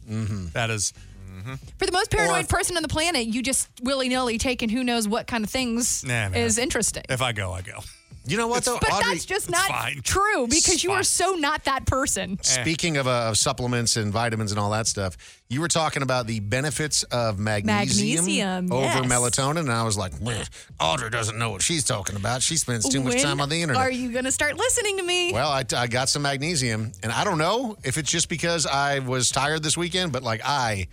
[SPEAKER 5] That is-
[SPEAKER 4] For the most paranoid person on the planet, you just willy nilly taking who knows what kind of things
[SPEAKER 5] Nah, nah.
[SPEAKER 4] is interesting.
[SPEAKER 5] If I go, I go.
[SPEAKER 3] You know what though?
[SPEAKER 4] But
[SPEAKER 3] Audrey-
[SPEAKER 4] that's just
[SPEAKER 3] it's
[SPEAKER 4] not
[SPEAKER 3] fine.
[SPEAKER 4] true because
[SPEAKER 3] It's
[SPEAKER 4] you
[SPEAKER 3] fine.
[SPEAKER 4] are so not that person.
[SPEAKER 3] Speaking of, uh, of supplements and vitamins and all that stuff, you were talking about the benefits of magnesium,
[SPEAKER 4] Magnesium,
[SPEAKER 3] over
[SPEAKER 4] yes.
[SPEAKER 3] melatonin, and I was like, "Bleh, Audrey doesn't know what she's talking about. She spends too much
[SPEAKER 4] When
[SPEAKER 3] time on the internet.
[SPEAKER 4] Are you going to start listening to me?
[SPEAKER 3] Well, I, I got some magnesium, and I don't know if it's just because I was tired this weekend, but like I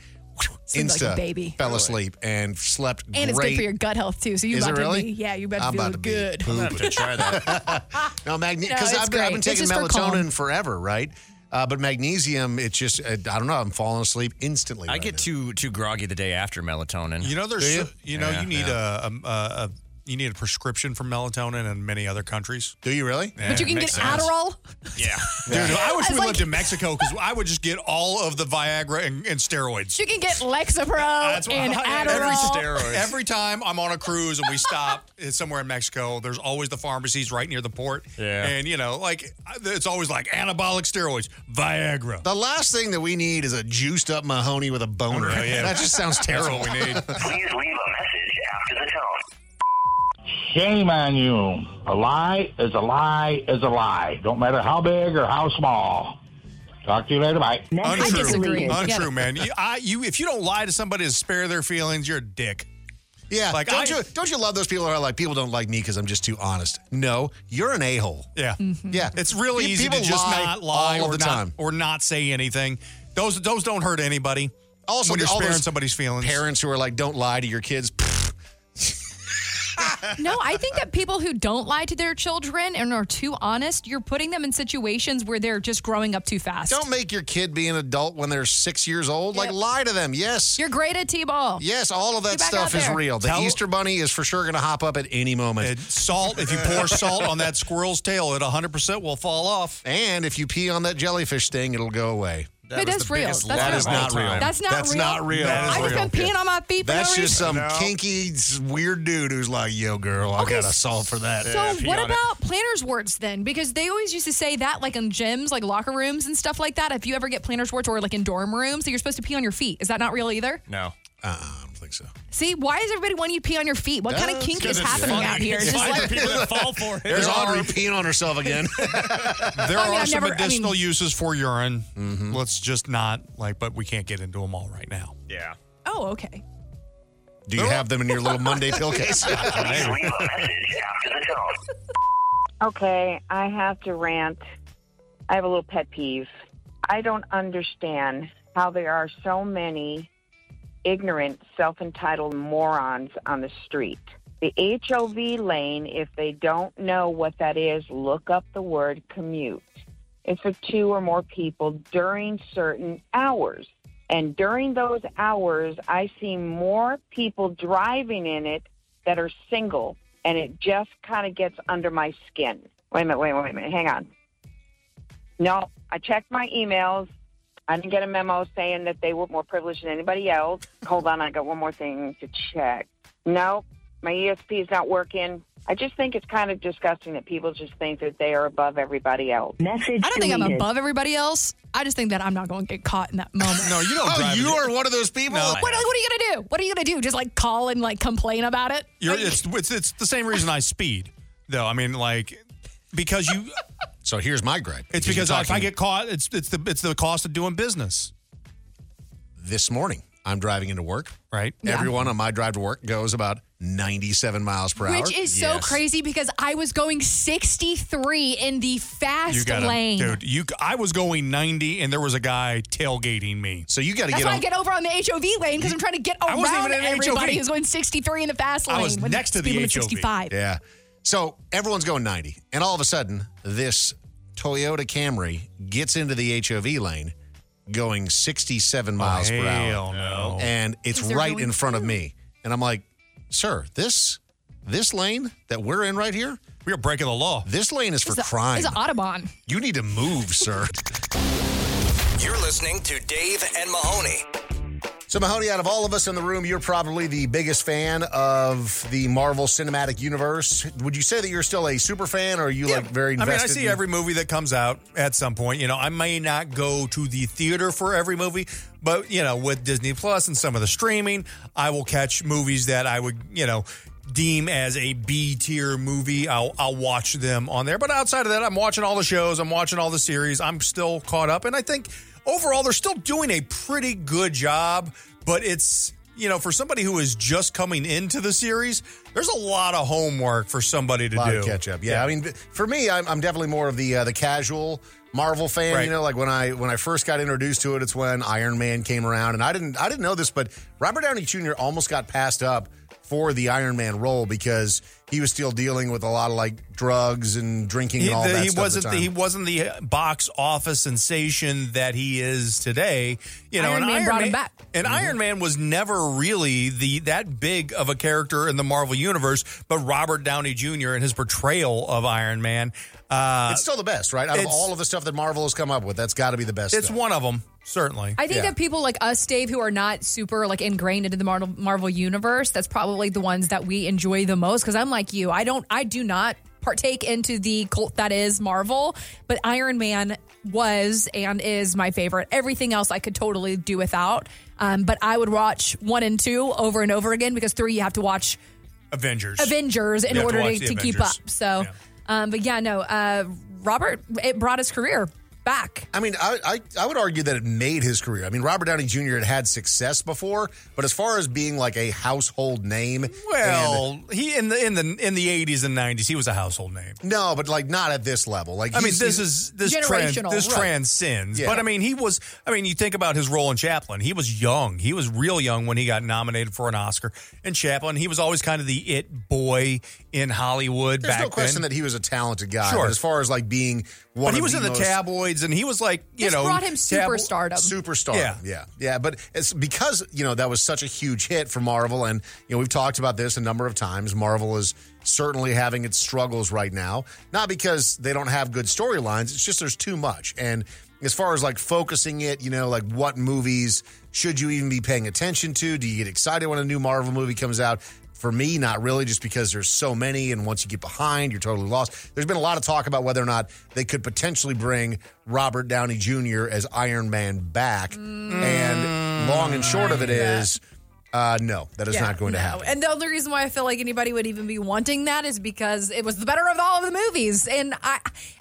[SPEAKER 4] Seems like
[SPEAKER 3] insta
[SPEAKER 4] a baby.
[SPEAKER 3] fell asleep and slept
[SPEAKER 4] and it's
[SPEAKER 3] great.
[SPEAKER 4] good for your gut health too. So you
[SPEAKER 3] Is
[SPEAKER 4] about
[SPEAKER 3] it really?
[SPEAKER 4] to be, yeah, you better
[SPEAKER 3] I'm
[SPEAKER 4] feel
[SPEAKER 3] about to be
[SPEAKER 4] good.
[SPEAKER 3] pooped. I'm gonna have to try that. no,
[SPEAKER 4] No,
[SPEAKER 3] magnesium.
[SPEAKER 4] it's
[SPEAKER 3] I've, been- I've been
[SPEAKER 4] great.
[SPEAKER 3] taking
[SPEAKER 4] It's just for
[SPEAKER 3] melatonin
[SPEAKER 4] calm.
[SPEAKER 3] forever, right? Uh, but magnesium, it's just uh, I don't know. I'm falling asleep instantly.
[SPEAKER 10] I get too too groggy the day after melatonin.
[SPEAKER 5] You know, there's
[SPEAKER 10] Do
[SPEAKER 5] you? know
[SPEAKER 10] Yeah,
[SPEAKER 5] you need
[SPEAKER 10] yeah.
[SPEAKER 5] a, a, a, a you need a prescription for melatonin in many other countries.
[SPEAKER 3] Do you really?
[SPEAKER 4] but you can get Adderall.
[SPEAKER 5] Yeah, dude.
[SPEAKER 4] I
[SPEAKER 5] I wish
[SPEAKER 4] was
[SPEAKER 5] we
[SPEAKER 4] like-
[SPEAKER 5] lived in Mexico because I would just get all of the Viagra and, and steroids.
[SPEAKER 4] You can get Lexapro
[SPEAKER 5] what-
[SPEAKER 4] and Adderall.
[SPEAKER 5] Every time I'm on a cruise and we stop it's somewhere in Mexico, there's always the pharmacies right near the port.
[SPEAKER 10] Yeah.
[SPEAKER 5] And, you know, like, I- it's always like anabolic steroids, Viagra.
[SPEAKER 3] The last thing that we need is a juiced up Mahoney with a boner.
[SPEAKER 5] Oh, yeah.
[SPEAKER 3] That just sounds
[SPEAKER 5] That's
[SPEAKER 3] terrible.
[SPEAKER 5] what we need.
[SPEAKER 1] Please leave a message after the tone.
[SPEAKER 21] Shame on you. A lie is a lie is a lie. Don't matter how big or how small. Talk to you later. Bye.
[SPEAKER 5] Untrue. Untrue, man. You, I, you, if you don't lie to somebody to spare their feelings, you're a dick.
[SPEAKER 3] Yeah,
[SPEAKER 5] Like,
[SPEAKER 3] don't
[SPEAKER 5] I-
[SPEAKER 3] you don't you love those people who are like people don't like me because I'm just too honest? No, you're an a hole.
[SPEAKER 5] Yeah.
[SPEAKER 4] Mm-hmm.
[SPEAKER 3] Yeah,
[SPEAKER 5] It's really
[SPEAKER 3] Pe-
[SPEAKER 5] easy to
[SPEAKER 3] people
[SPEAKER 5] just not lie
[SPEAKER 3] all
[SPEAKER 5] or
[SPEAKER 3] of the
[SPEAKER 5] not,
[SPEAKER 3] time.
[SPEAKER 5] or not say anything. Those those don't hurt anybody.
[SPEAKER 3] Also,
[SPEAKER 5] when you're
[SPEAKER 3] all
[SPEAKER 5] sparing
[SPEAKER 3] those
[SPEAKER 5] somebody's feelings.
[SPEAKER 3] Parents who are like, don't lie to your kids.
[SPEAKER 4] no, I think that people who don't lie to their children and are too honest, you're putting them in situations where they're just growing up too fast.
[SPEAKER 3] Don't make your kid be an adult when they're six years old. Like, lie to them. Yes.
[SPEAKER 4] You're great at t-ball.
[SPEAKER 3] Yes, all of
[SPEAKER 4] Get
[SPEAKER 3] that
[SPEAKER 4] back
[SPEAKER 3] stuff
[SPEAKER 4] out
[SPEAKER 3] is
[SPEAKER 4] there.
[SPEAKER 3] real. The
[SPEAKER 5] Tell-
[SPEAKER 3] Easter Bunny is for sure going to hop up at any moment.
[SPEAKER 5] And salt, if you pour salt on that squirrel's tail, it 100% will fall off.
[SPEAKER 3] And if you pee on that jellyfish thing, it'll go away.
[SPEAKER 4] That But was that's the real. biggest That's lie
[SPEAKER 3] That
[SPEAKER 4] real.
[SPEAKER 3] is not
[SPEAKER 4] of all
[SPEAKER 3] real.
[SPEAKER 4] time. That's not
[SPEAKER 3] That's
[SPEAKER 4] real.
[SPEAKER 3] not real.
[SPEAKER 4] That is I just real. been peeing on my feet for
[SPEAKER 3] That's
[SPEAKER 4] no
[SPEAKER 3] just some
[SPEAKER 4] reason. No.
[SPEAKER 3] kinky, s- weird dude who's like, yo, girl, I
[SPEAKER 4] Okay,
[SPEAKER 3] got to solve for that.
[SPEAKER 4] So what about planners warts then? Because they always used to say that like in gyms, like locker rooms and stuff like that. If you ever get planners warts or like in dorm rooms, that you're supposed to pee on your feet. Is that not real either?
[SPEAKER 5] No.
[SPEAKER 3] Uh, I don't think so.
[SPEAKER 4] See, why does everybody want you to pee on your feet? What kind of
[SPEAKER 3] That's
[SPEAKER 4] kink
[SPEAKER 3] 'cause
[SPEAKER 4] is
[SPEAKER 3] it's
[SPEAKER 4] happening
[SPEAKER 3] funny.
[SPEAKER 4] out here?
[SPEAKER 3] It's
[SPEAKER 4] Just
[SPEAKER 3] funny.
[SPEAKER 4] like-
[SPEAKER 3] People that
[SPEAKER 5] fall for it.
[SPEAKER 3] There's
[SPEAKER 5] There are-
[SPEAKER 3] Audrey peeing on herself again.
[SPEAKER 5] There
[SPEAKER 4] I mean,
[SPEAKER 5] are
[SPEAKER 4] I've
[SPEAKER 5] some
[SPEAKER 4] never- I
[SPEAKER 5] medicinal
[SPEAKER 4] mean-
[SPEAKER 5] uses for urine.
[SPEAKER 3] Mm-hmm.
[SPEAKER 5] Let's just not like, but we can't get into them all right now.
[SPEAKER 10] Yeah.
[SPEAKER 4] oh, okay.
[SPEAKER 3] Do you have them in your little Monday pill case?
[SPEAKER 22] Okay, I have to rant. I have a little pet peeve. I don't understand how there are so many ignorant, self entitled morons on the street. The HOV lane, if they don't know what that is, look up the word commute. It's for two or more people during certain hours. And during those hours, I see more people driving in it that are single, and it just kind of gets under my skin. Wait a minute, wait a minute, wait a minute. Hang on. No, I checked my emails. I didn't get a memo saying that they were more privileged than anybody else. Hold on, I got one more thing to check. No, my ESP is not working. I just think it's kind of disgusting that people just think that they are above everybody else.
[SPEAKER 4] I don't think I'm above everybody else. I just think that I'm not going to get caught in that moment.
[SPEAKER 5] No, you don't. drive
[SPEAKER 3] Oh, you
[SPEAKER 5] it.
[SPEAKER 3] are one of those people?
[SPEAKER 5] No.
[SPEAKER 4] What, what are you gonna do? What are you gonna do? Just like call and like complain about it?
[SPEAKER 5] You're, it's, it's it's the same reason I speed, though. I mean, like because you.
[SPEAKER 3] So here's my gripe.
[SPEAKER 5] It's
[SPEAKER 3] Because
[SPEAKER 5] because
[SPEAKER 3] you're
[SPEAKER 5] if I
[SPEAKER 3] talking-
[SPEAKER 5] get caught, it's it's the it's the cost of doing business.
[SPEAKER 3] this morning. I'm driving into work.
[SPEAKER 5] Right.
[SPEAKER 4] Yeah.
[SPEAKER 3] Everyone on my drive to work goes about 97 miles per hour.
[SPEAKER 4] Which is so crazy because I was going 63 in the fast
[SPEAKER 5] You gotta-
[SPEAKER 4] lane.
[SPEAKER 5] dude. You, I was going ninety, and there was a guy tailgating me.
[SPEAKER 3] So you got
[SPEAKER 4] That's why I get over on the HOV lane because I'm trying to get
[SPEAKER 5] I wasn't
[SPEAKER 4] around
[SPEAKER 5] even in HOV.
[SPEAKER 4] everybody who's going 63 in the fast lane.
[SPEAKER 3] I was
[SPEAKER 4] when
[SPEAKER 3] next to
[SPEAKER 4] speed
[SPEAKER 3] the
[SPEAKER 4] limit's
[SPEAKER 3] HOV.
[SPEAKER 4] 65.
[SPEAKER 3] Yeah. So everyone's going 90, and all of a sudden, this Toyota Camry gets into the HOV lane, going 67 miles per
[SPEAKER 5] Oh, hell
[SPEAKER 3] hour,
[SPEAKER 5] no.
[SPEAKER 3] and it's
[SPEAKER 5] 'Cause they're
[SPEAKER 3] right
[SPEAKER 5] going
[SPEAKER 3] in front of me. And I'm like, "Sir, this this lane that we're in right here,
[SPEAKER 5] we are breaking the law.
[SPEAKER 3] This lane is for
[SPEAKER 4] It's a-
[SPEAKER 3] crime.
[SPEAKER 4] It's an Audubon.
[SPEAKER 3] you need to move, sir."
[SPEAKER 14] You're listening to Dave and Mahoney.
[SPEAKER 3] So, Mahoney, out of all of us in the room, you're probably the biggest fan of the Marvel Cinematic Universe. Would you say that you're still a super fan, or are you like very
[SPEAKER 5] I
[SPEAKER 3] invested?
[SPEAKER 5] mean, I see
[SPEAKER 3] in-
[SPEAKER 5] every movie that comes out at some point. You know, I may not go to the theater for every movie, but you know, with Disney Plus and some of the streaming, I will catch movies that I would, you know, deem as a B tier movie. I'll I'll watch them on there. But outside of that, I'm watching all the shows, I'm watching all the series. I'm still caught up, and I think overall they're still doing a pretty good job. But it's you know, for somebody who is just coming into the series, there's a lot of homework for somebody to
[SPEAKER 3] lot
[SPEAKER 5] do.
[SPEAKER 3] of catch up. Yeah, I mean, for me, I'm, I'm definitely more of the uh, the casual Marvel fan.
[SPEAKER 5] Right.
[SPEAKER 3] You know, like when I when I first got introduced to it, it's when Iron Man came around, and I didn't I didn't know this, but Robert Downey Jr. almost got passed up for the Iron Man role because he was still dealing with a lot of like drugs and drinking
[SPEAKER 5] he,
[SPEAKER 3] and all
[SPEAKER 5] the-
[SPEAKER 3] that.
[SPEAKER 5] he
[SPEAKER 3] stuff at the
[SPEAKER 5] wasn't the,
[SPEAKER 3] time.
[SPEAKER 5] he wasn't the box office sensation that he is today. You know,
[SPEAKER 4] Iron
[SPEAKER 5] and
[SPEAKER 4] Man
[SPEAKER 5] Iron
[SPEAKER 4] brought
[SPEAKER 5] Man,
[SPEAKER 4] him back.
[SPEAKER 5] And
[SPEAKER 3] Mm-hmm.
[SPEAKER 5] Iron Man was never really the that big of a character in the Marvel universe, but Robert Downey Jr. and his portrayal of Iron Man, uh,
[SPEAKER 3] it's still the best, right? Out of
[SPEAKER 5] it's-
[SPEAKER 3] all of the stuff that Marvel has come up with, that's got to be the best.
[SPEAKER 5] it's
[SPEAKER 3] stuff.
[SPEAKER 5] one of them certainly.
[SPEAKER 4] I think
[SPEAKER 3] Yeah.
[SPEAKER 4] that people like us, Dave, who are not super like ingrained into the Marvel, Marvel universe, that's probably the ones that we enjoy the most. Because I'm like you, I don't, I do not partake into the cult that is Marvel, but Iron Man was and is my favorite. Everything else I could totally do without. Um, but I would watch one and two over and over again because three you have to watch
[SPEAKER 5] Avengers.
[SPEAKER 4] Avengers in
[SPEAKER 5] You have to
[SPEAKER 4] order to,
[SPEAKER 5] watch
[SPEAKER 4] to,
[SPEAKER 5] the
[SPEAKER 4] keep
[SPEAKER 5] Avengers.
[SPEAKER 4] up. So, um, but yeah, no, uh, Robert, it brought his career back.
[SPEAKER 3] I mean, I, I I would argue that it made his career. I mean, Robert Downey Jr. had had success before, but as far as being like a household name,
[SPEAKER 5] Well, he in the in the in the eighties and nineties, he was a household name.
[SPEAKER 3] and- no, but like not at this level. Like
[SPEAKER 5] I mean,
[SPEAKER 3] he's-
[SPEAKER 5] this
[SPEAKER 3] he's-
[SPEAKER 5] is this trans,
[SPEAKER 3] Generational,
[SPEAKER 5] this
[SPEAKER 3] right.
[SPEAKER 5] transcends.
[SPEAKER 3] Yeah.
[SPEAKER 5] But I mean, he was. I mean, you think about his role in Chaplin. He was young. He was real young when he got nominated for an Oscar. And Chaplin, he was always kind of the it boy in Hollywood
[SPEAKER 3] There's
[SPEAKER 5] back
[SPEAKER 3] no question
[SPEAKER 5] then.
[SPEAKER 3] that he was a talented guy.
[SPEAKER 5] Sure.
[SPEAKER 3] But as far as like being one,
[SPEAKER 5] but he
[SPEAKER 3] of
[SPEAKER 5] was
[SPEAKER 3] the
[SPEAKER 5] in the
[SPEAKER 3] most-
[SPEAKER 5] tabloids, and he was like, you
[SPEAKER 4] This
[SPEAKER 5] know,
[SPEAKER 4] brought him superstardom.
[SPEAKER 3] Superstar.
[SPEAKER 5] Yeah.
[SPEAKER 3] Yeah. yeah. But it's because, you know, that was such a huge hit for Marvel. And, you know, we've talked about this a number of times. Marvel is certainly having its struggles right now. Not because they don't have good storylines, it's just there's too much. And as far as like focusing it, you know, like what movies should you even be paying attention to? Do you get excited when a new Marvel movie comes out? For me, not really, just because there's so many, and once you get behind, you're totally lost. There's been a lot of talk about whether or not they could potentially bring Robert Downey Jr. as Iron Man back. And long and short of it
[SPEAKER 5] Mm.
[SPEAKER 3] is, uh, no, that is
[SPEAKER 4] Yeah,
[SPEAKER 3] not going to
[SPEAKER 4] no.
[SPEAKER 3] happen.
[SPEAKER 4] And the only reason why I feel like anybody would even be wanting that is because it was the better of all of the movies. And I,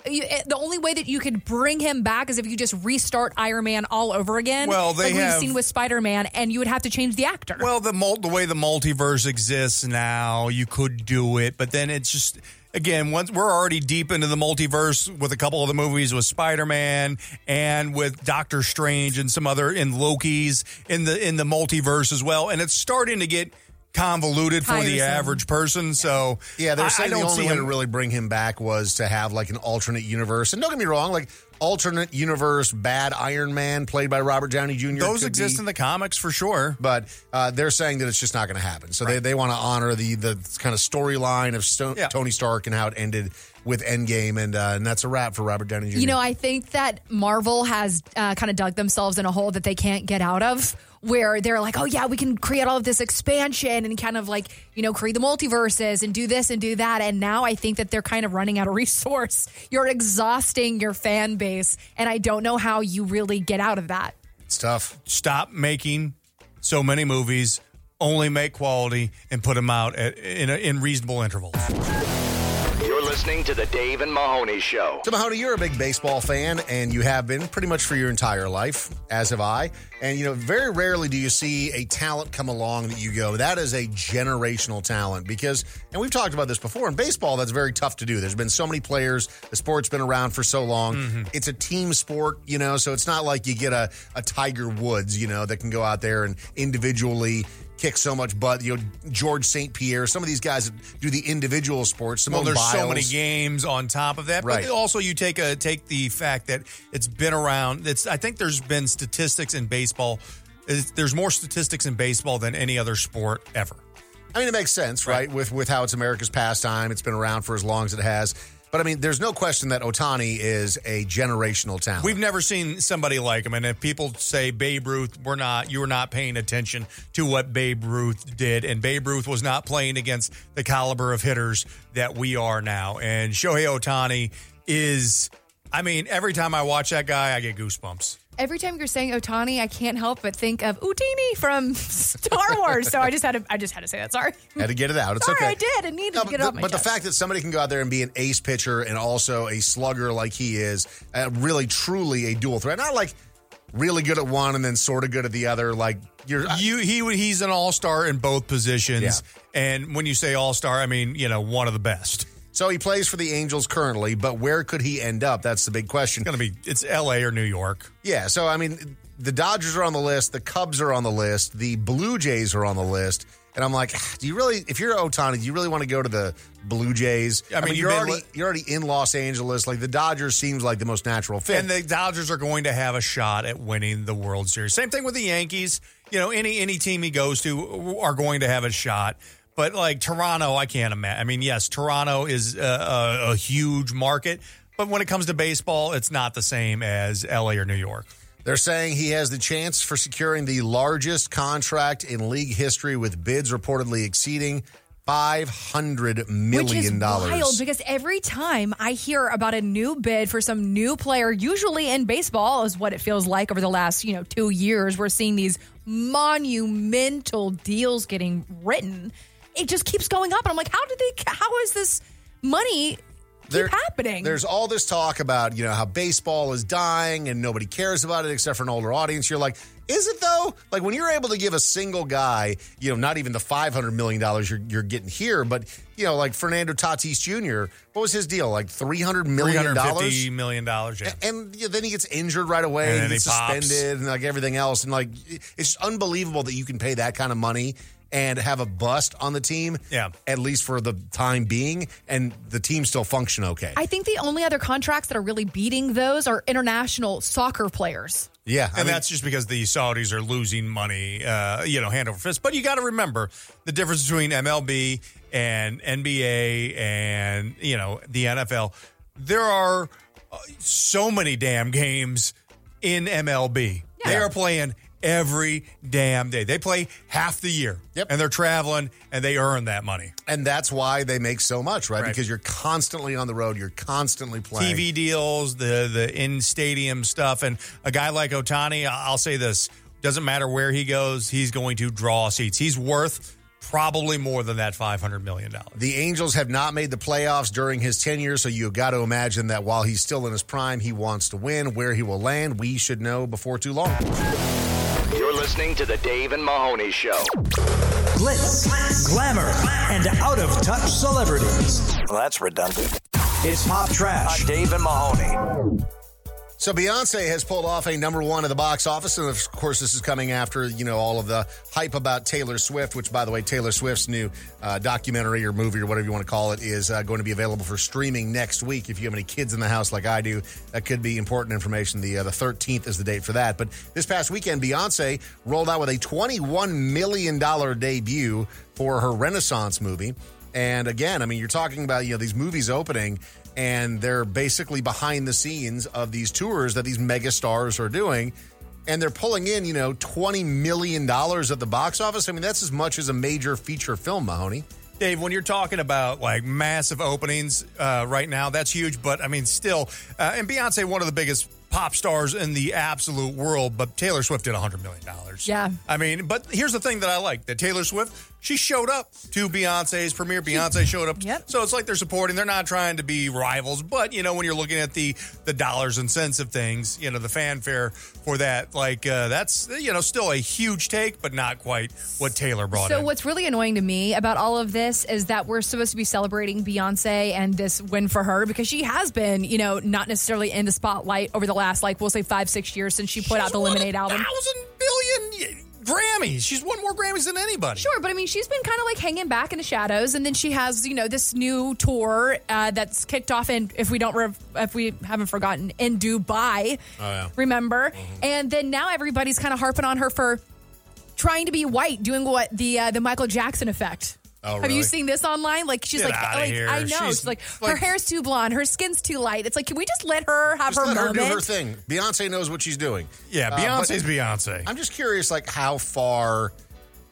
[SPEAKER 4] you, it, the only way that you could bring him back is if you just restart Iron Man all over again.
[SPEAKER 5] Well, they
[SPEAKER 4] like
[SPEAKER 5] have-
[SPEAKER 4] we've seen with Spider Man, and you would have to change the actor.
[SPEAKER 5] Well, the mul- the way the multiverse exists now, you could do it, but then it's just again once we're already deep into the multiverse with a couple of the movies with Spider-Man and with Doctor Strange and some other in Loki's in the in the multiverse as well, and it's starting to get convoluted for the
[SPEAKER 3] Tiresome.
[SPEAKER 5] average person. So
[SPEAKER 3] Yeah,
[SPEAKER 5] I-
[SPEAKER 3] they're saying
[SPEAKER 5] I
[SPEAKER 3] the
[SPEAKER 5] don't
[SPEAKER 3] only
[SPEAKER 5] see
[SPEAKER 3] way to
[SPEAKER 5] him-
[SPEAKER 3] really bring him back was to have like an alternate universe. And don't get me wrong, like alternate universe bad Iron Man played by Robert Downey Jr.
[SPEAKER 5] Those
[SPEAKER 3] could
[SPEAKER 5] exist
[SPEAKER 3] be-
[SPEAKER 5] in the comics for sure.
[SPEAKER 3] but uh, they're saying that it's just not going to happen. So they, they want to honor the the kind of storyline of Sto- Tony Stark and how it ended with Endgame, and uh, and that's a wrap for Robert Downey Jr.
[SPEAKER 4] You know, I think that Marvel has uh, kind of dug themselves in a hole that they can't get out of. Where they're like, oh yeah, we can create all of this expansion and kind of like you know create the multiverses and do this and do that. And now I think that they're kind of running out of resource. You're exhausting your fan base, and I don't know how you really get out of that.
[SPEAKER 3] it's tough.
[SPEAKER 5] Stop making so many movies. Only make quality and put them out at, in, a, in reasonable intervals.
[SPEAKER 14] You're listening to the Dave and Mahoney Show.
[SPEAKER 3] So Mahoney, you're a big baseball fan, and you have been pretty much for your entire life, as have I. And you know, very rarely do you see a talent come along that you go, that is a generational talent because, and we've talked about this before in baseball, that's very tough to do. There's been so many players, the sport's been around for so long.
[SPEAKER 5] Mm-hmm.
[SPEAKER 3] It's a team sport, you know, so it's not like you get a a Tiger Woods, you know, that can go out there and individually. Kick so much butt, you know George St. Pierre. Some of these guys that do the individual sports. Simone
[SPEAKER 5] Well, there's so many
[SPEAKER 3] Biles.
[SPEAKER 5] games on top of that,
[SPEAKER 3] Right.
[SPEAKER 5] but also you take a take the fact that it's been around. It's I think there's been statistics in baseball. is- There's more statistics in baseball than any other sport ever.
[SPEAKER 3] I mean, it makes sense, right? With with how it's America's pastime, it's been around for as long as it has. But I mean, there's no question that Otani is a generational talent.
[SPEAKER 5] We've never seen somebody like him. And if people say Babe Ruth, we're not, you were not paying attention to what Babe Ruth did. And Babe Ruth was not playing against the caliber of hitters that we are now. And Shohei Otani is, I mean, every time I watch that guy, I get goosebumps.
[SPEAKER 4] Every time you're saying Otani, I can't help but think of Udini from Star Wars. So I just had to, I just had to say that. Sorry.
[SPEAKER 3] Had to get it out. It's
[SPEAKER 4] Sorry,
[SPEAKER 3] okay.
[SPEAKER 4] I did. I needed
[SPEAKER 3] No,
[SPEAKER 4] to
[SPEAKER 3] but
[SPEAKER 4] get it
[SPEAKER 3] the,
[SPEAKER 4] off my
[SPEAKER 3] but the
[SPEAKER 4] chest.
[SPEAKER 3] fact that somebody can go out there and be an ace pitcher and also a slugger like he is, uh, really truly a dual threat. Not like really good at one and then sort of good at the other. Like you're
[SPEAKER 5] You he he's an all star in both positions, and when you say all star, I mean you know one of the best.
[SPEAKER 3] So he plays for the Angels currently, but where could he end up? That's the big question. It's
[SPEAKER 5] going to be it's L.A. or New York.
[SPEAKER 3] Yeah, so I mean, the Dodgers are on the list, the Cubs are on the list, the Blue Jays are on the list, and I'm like, "Ah, do you really? If you're Otani, do you really want to go to the Blue Jays?
[SPEAKER 5] I mean, you've
[SPEAKER 3] you're
[SPEAKER 5] been
[SPEAKER 3] already
[SPEAKER 5] li-
[SPEAKER 3] you're already in Los Angeles. Like the Dodgers seems like the most natural fit.
[SPEAKER 5] And the Dodgers are going to have a shot at winning the World Series. Same thing with the Yankees. You know, any any team he goes to are going to have a shot. But like Toronto, I can't imagine. I mean, yes, Toronto is a, a, a huge market, but when it comes to baseball, it's not the same as L.A. or New York.
[SPEAKER 3] They're saying he has the chance for securing the largest contract in league history, with bids reportedly exceeding five hundred million
[SPEAKER 4] Which is
[SPEAKER 3] dollars.
[SPEAKER 4] wild because every time I hear about a new bid for some new player, usually in baseball, is what it feels like over the last you know two years. We're seeing these monumental deals getting written. It just keeps going up, and I'm like, how did they? How is this money keep happening?
[SPEAKER 3] There's all this talk about, you know, how baseball is dying and nobody cares about it except for an older audience. You're like, is it though? Like when you're able to give a single guy, you know, not even the $500 million you're, you're getting here, but, you know, like Fernando Tatis Jr., what was his deal? Like $300 million?
[SPEAKER 5] $350 million. Yeah.
[SPEAKER 3] And you know, then he gets injured right away.
[SPEAKER 5] And
[SPEAKER 3] And
[SPEAKER 5] then
[SPEAKER 3] he gets
[SPEAKER 5] he pops.
[SPEAKER 3] suspended and like everything else. And like, it- it's just unbelievable that you can pay that kind of money and have a bust on the team. Yeah. At least for the time being. And the team still function okay.
[SPEAKER 4] I think the only other contracts that are really beating those are international soccer players.
[SPEAKER 3] Yeah,
[SPEAKER 5] and that's just because the Saudis are losing money, uh, you know, hand over fist. But you got to remember the difference between MLB and NBA and you know the NFL. There are uh, so many damn games in MLB. They are playing every damn day. They play half the year, yep. and they're traveling and they earn that money.
[SPEAKER 3] And that's why they make so much, right? Because you're constantly on the road, you're constantly playing.
[SPEAKER 5] TV deals, the the in stadium stuff, and a guy like Otani, I'll say this: doesn't matter where he goes, he's going to draw seats. He's worth probably more than that five hundred million dollars.
[SPEAKER 3] The Angels have not made the playoffs during his tenure, so you've got to imagine that while he's still in his prime, he wants to win. Where he will land, we should know before too long.
[SPEAKER 14] You're listening to the Dave and Mahoney Show.
[SPEAKER 23] Glitz, glamour, and out of touch celebrities.
[SPEAKER 14] Well, that's redundant. Uh,
[SPEAKER 23] It's pop trash.
[SPEAKER 14] Dave and Mahoney.
[SPEAKER 3] So Beyonce has pulled off a number one at the box office, and of course, this is coming after you know all of the hype about Taylor Swift. Which, by the way, Taylor Swift's new uh, documentary or movie or whatever you want to call it is uh, going to be available for streaming next week. If you have any kids in the house like I do, that could be important information. The uh, the thirteenth is the date for that. But this past weekend, Beyonce rolled out with a twenty one million dollar debut for her Renaissance movie. And again, I mean, you're talking about you know these movies opening, and they're basically behind the scenes of these tours that these mega stars are doing, and they're pulling in you know twenty million dollars at the box office. I mean, that's as much as a major feature film, Mahoney.
[SPEAKER 5] Dave, when you're talking about like massive openings uh, right now, that's huge. But I mean, still, uh, and Beyonce, one of the biggest pop stars in the absolute world, but Taylor Swift did 100 million dollars.
[SPEAKER 4] Yeah.
[SPEAKER 5] I mean, but here's the thing that I like that Taylor Swift, she showed up to Beyonce's premiere. Beyonce showed up. So it's like they're supporting. They're not trying to be rivals, but you know, when you're looking at the the dollars and cents of things, you know, the fanfare for that, like uh, that's you know still a huge take, but not quite what Taylor brought
[SPEAKER 4] So
[SPEAKER 5] in.
[SPEAKER 4] what's really annoying to me about all of this is that we're supposed to be celebrating Beyonce and this win for her because she has been, you know, not necessarily in the spotlight over the last like we'll say 5 6 years since she put out the Lemonade album.
[SPEAKER 5] Thousand billion Grammys. She's won more Grammys than anybody.
[SPEAKER 4] Sure, but I mean, she's been kind of like hanging back in the shadows, and then she has, you know, this new tour uh, that's kicked off. And if we don't, rev if we haven't forgotten, in Dubai,
[SPEAKER 7] Oh, yeah.
[SPEAKER 4] remember? And then now everybody's kind of harping on her for trying to be white, doing what the uh, the Michael Jackson effect.
[SPEAKER 5] Oh,
[SPEAKER 4] Have
[SPEAKER 5] really?
[SPEAKER 4] you seen this online? Like she's
[SPEAKER 5] Get
[SPEAKER 4] like,
[SPEAKER 5] outta
[SPEAKER 4] like,
[SPEAKER 5] here.
[SPEAKER 4] I know. She's,
[SPEAKER 5] She's
[SPEAKER 4] like, her
[SPEAKER 5] like-
[SPEAKER 4] hair's too blonde, her skin's too light. It's like, can we just let her have
[SPEAKER 3] Just
[SPEAKER 4] her
[SPEAKER 3] let her
[SPEAKER 4] moment?
[SPEAKER 3] do her thing. Beyonce knows what she's doing.
[SPEAKER 5] Yeah,
[SPEAKER 3] Uh,
[SPEAKER 5] Beyonce's
[SPEAKER 3] but
[SPEAKER 5] Beyonce.
[SPEAKER 3] I'm just curious, like how far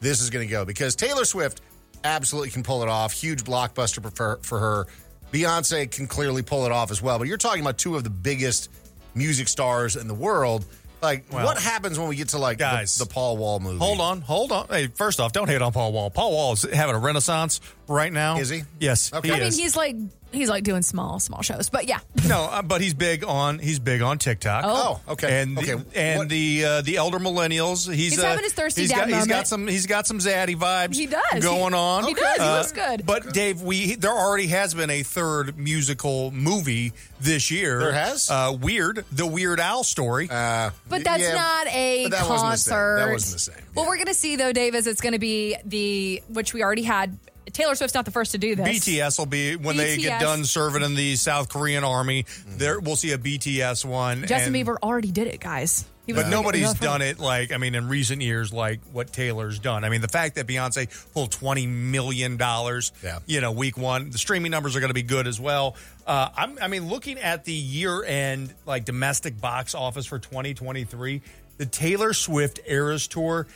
[SPEAKER 3] this is going to go because Taylor Swift absolutely can pull it off. Huge blockbuster for- for for her. Beyonce can clearly pull it off as well. But you're talking about two of the biggest music stars in the world. Like,
[SPEAKER 5] Well,
[SPEAKER 3] what happens when we get to like the-
[SPEAKER 5] guys,
[SPEAKER 3] the, Paul Wall movie?
[SPEAKER 5] Hold on, hold on. Hey, first off, don't hate on Paul Wall. Paul Wall is having a renaissance right now.
[SPEAKER 3] Is he?
[SPEAKER 5] Yes,
[SPEAKER 3] Okay.
[SPEAKER 5] he
[SPEAKER 4] I mean,
[SPEAKER 5] is.
[SPEAKER 4] he's like he's like doing small, small shows. But yeah.
[SPEAKER 5] No, uh, but he's big on he's big on TikTok.
[SPEAKER 4] Oh.
[SPEAKER 3] Oh, okay.
[SPEAKER 5] And
[SPEAKER 3] Okay.
[SPEAKER 5] the, and the uh, the elder millennials. He's,
[SPEAKER 4] He's
[SPEAKER 5] uh,
[SPEAKER 4] having his thirsty
[SPEAKER 5] he's
[SPEAKER 4] dad
[SPEAKER 5] got, He's got
[SPEAKER 4] moment.
[SPEAKER 5] some he's got some zaddy vibes.
[SPEAKER 4] He does.
[SPEAKER 5] going
[SPEAKER 4] He-
[SPEAKER 5] on. Uh,
[SPEAKER 4] he does. He looks good.
[SPEAKER 5] But Dave, we there already has been a third musical movie this year.
[SPEAKER 3] There has?
[SPEAKER 5] uh, weird the Weird Al story.
[SPEAKER 3] Uh,
[SPEAKER 4] But that's
[SPEAKER 3] yeah,
[SPEAKER 4] not a
[SPEAKER 3] but that wasn't the same.
[SPEAKER 4] concert.
[SPEAKER 3] That wasn't the same.
[SPEAKER 4] What we're gonna see though, Dave, is it's gonna be the which we already had. Taylor Swift's not the first to do this.
[SPEAKER 5] BTS will be when they get
[SPEAKER 4] BTS.
[SPEAKER 5] done serving in the South Korean army.
[SPEAKER 3] Mm-hmm.
[SPEAKER 5] There we'll see a BTS one.
[SPEAKER 4] Justin
[SPEAKER 5] and-
[SPEAKER 4] Bieber already did it, guys. He was
[SPEAKER 5] But
[SPEAKER 4] the-
[SPEAKER 5] nobody's
[SPEAKER 4] the-
[SPEAKER 5] done it like I mean in recent years like what Taylor's done. I mean the fact that Beyonce pulled twenty million dollars,
[SPEAKER 3] Yeah.
[SPEAKER 5] you know, week one. The streaming numbers are going to be good as well. Uh, I'm, I mean, looking at the year end like domestic box office for 2023, the Taylor Swift Eras Tour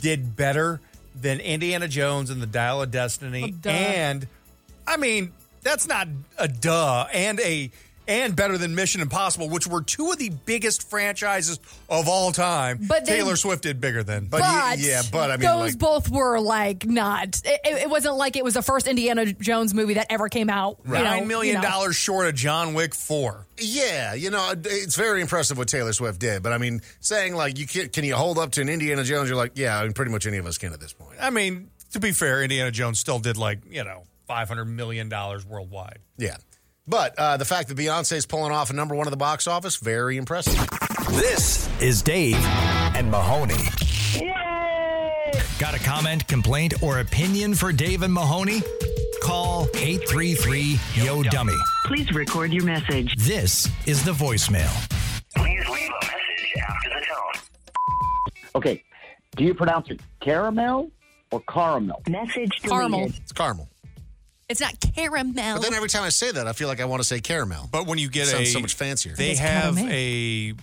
[SPEAKER 5] did better than Indiana Jones and the Dial of Destiny,
[SPEAKER 4] Oh, duh.
[SPEAKER 5] and I mean that's not a duh and a and better than Mission Impossible, which were two of the biggest franchises of all time.
[SPEAKER 4] But they-
[SPEAKER 5] Taylor Swift did bigger than,
[SPEAKER 3] But, y- yeah, but I mean,
[SPEAKER 4] those
[SPEAKER 3] like,
[SPEAKER 4] both were like not. It, it- it wasn't like it was the first Indiana Jones movie that ever came out. you know,
[SPEAKER 5] nine million
[SPEAKER 4] you know.
[SPEAKER 5] dollars short of John Wick four.
[SPEAKER 3] Yeah, you know, it's very impressive what Taylor Swift did, but I mean, saying like you can, can you hold up to an Indiana Jones? You're like, yeah, I mean, pretty much any of us can at this point.
[SPEAKER 5] I mean, to be fair, Indiana Jones still did like you know five hundred million dollars worldwide.
[SPEAKER 3] Yeah, but uh, the fact that Beyonce's pulling off a number one at the box office, very impressive.
[SPEAKER 23] This
[SPEAKER 2] Is Dave and Mahoney. Got a comment, complaint, or opinion for Dave and Mahoney? Call 833 Yo Dummy.
[SPEAKER 8] Please record your message.
[SPEAKER 2] This is the voicemail.
[SPEAKER 1] Please leave a message after the tone.
[SPEAKER 24] Okay, do you pronounce it caramel or caramel?
[SPEAKER 8] Message
[SPEAKER 4] Caramel.
[SPEAKER 3] It's caramel.
[SPEAKER 4] It's not caramel.
[SPEAKER 3] But then every time I say that, I feel like I want to say caramel.
[SPEAKER 5] But when you get
[SPEAKER 3] Sounds
[SPEAKER 5] a
[SPEAKER 3] so much fancier.
[SPEAKER 5] they
[SPEAKER 4] It's
[SPEAKER 5] have
[SPEAKER 4] caramel.
[SPEAKER 5] a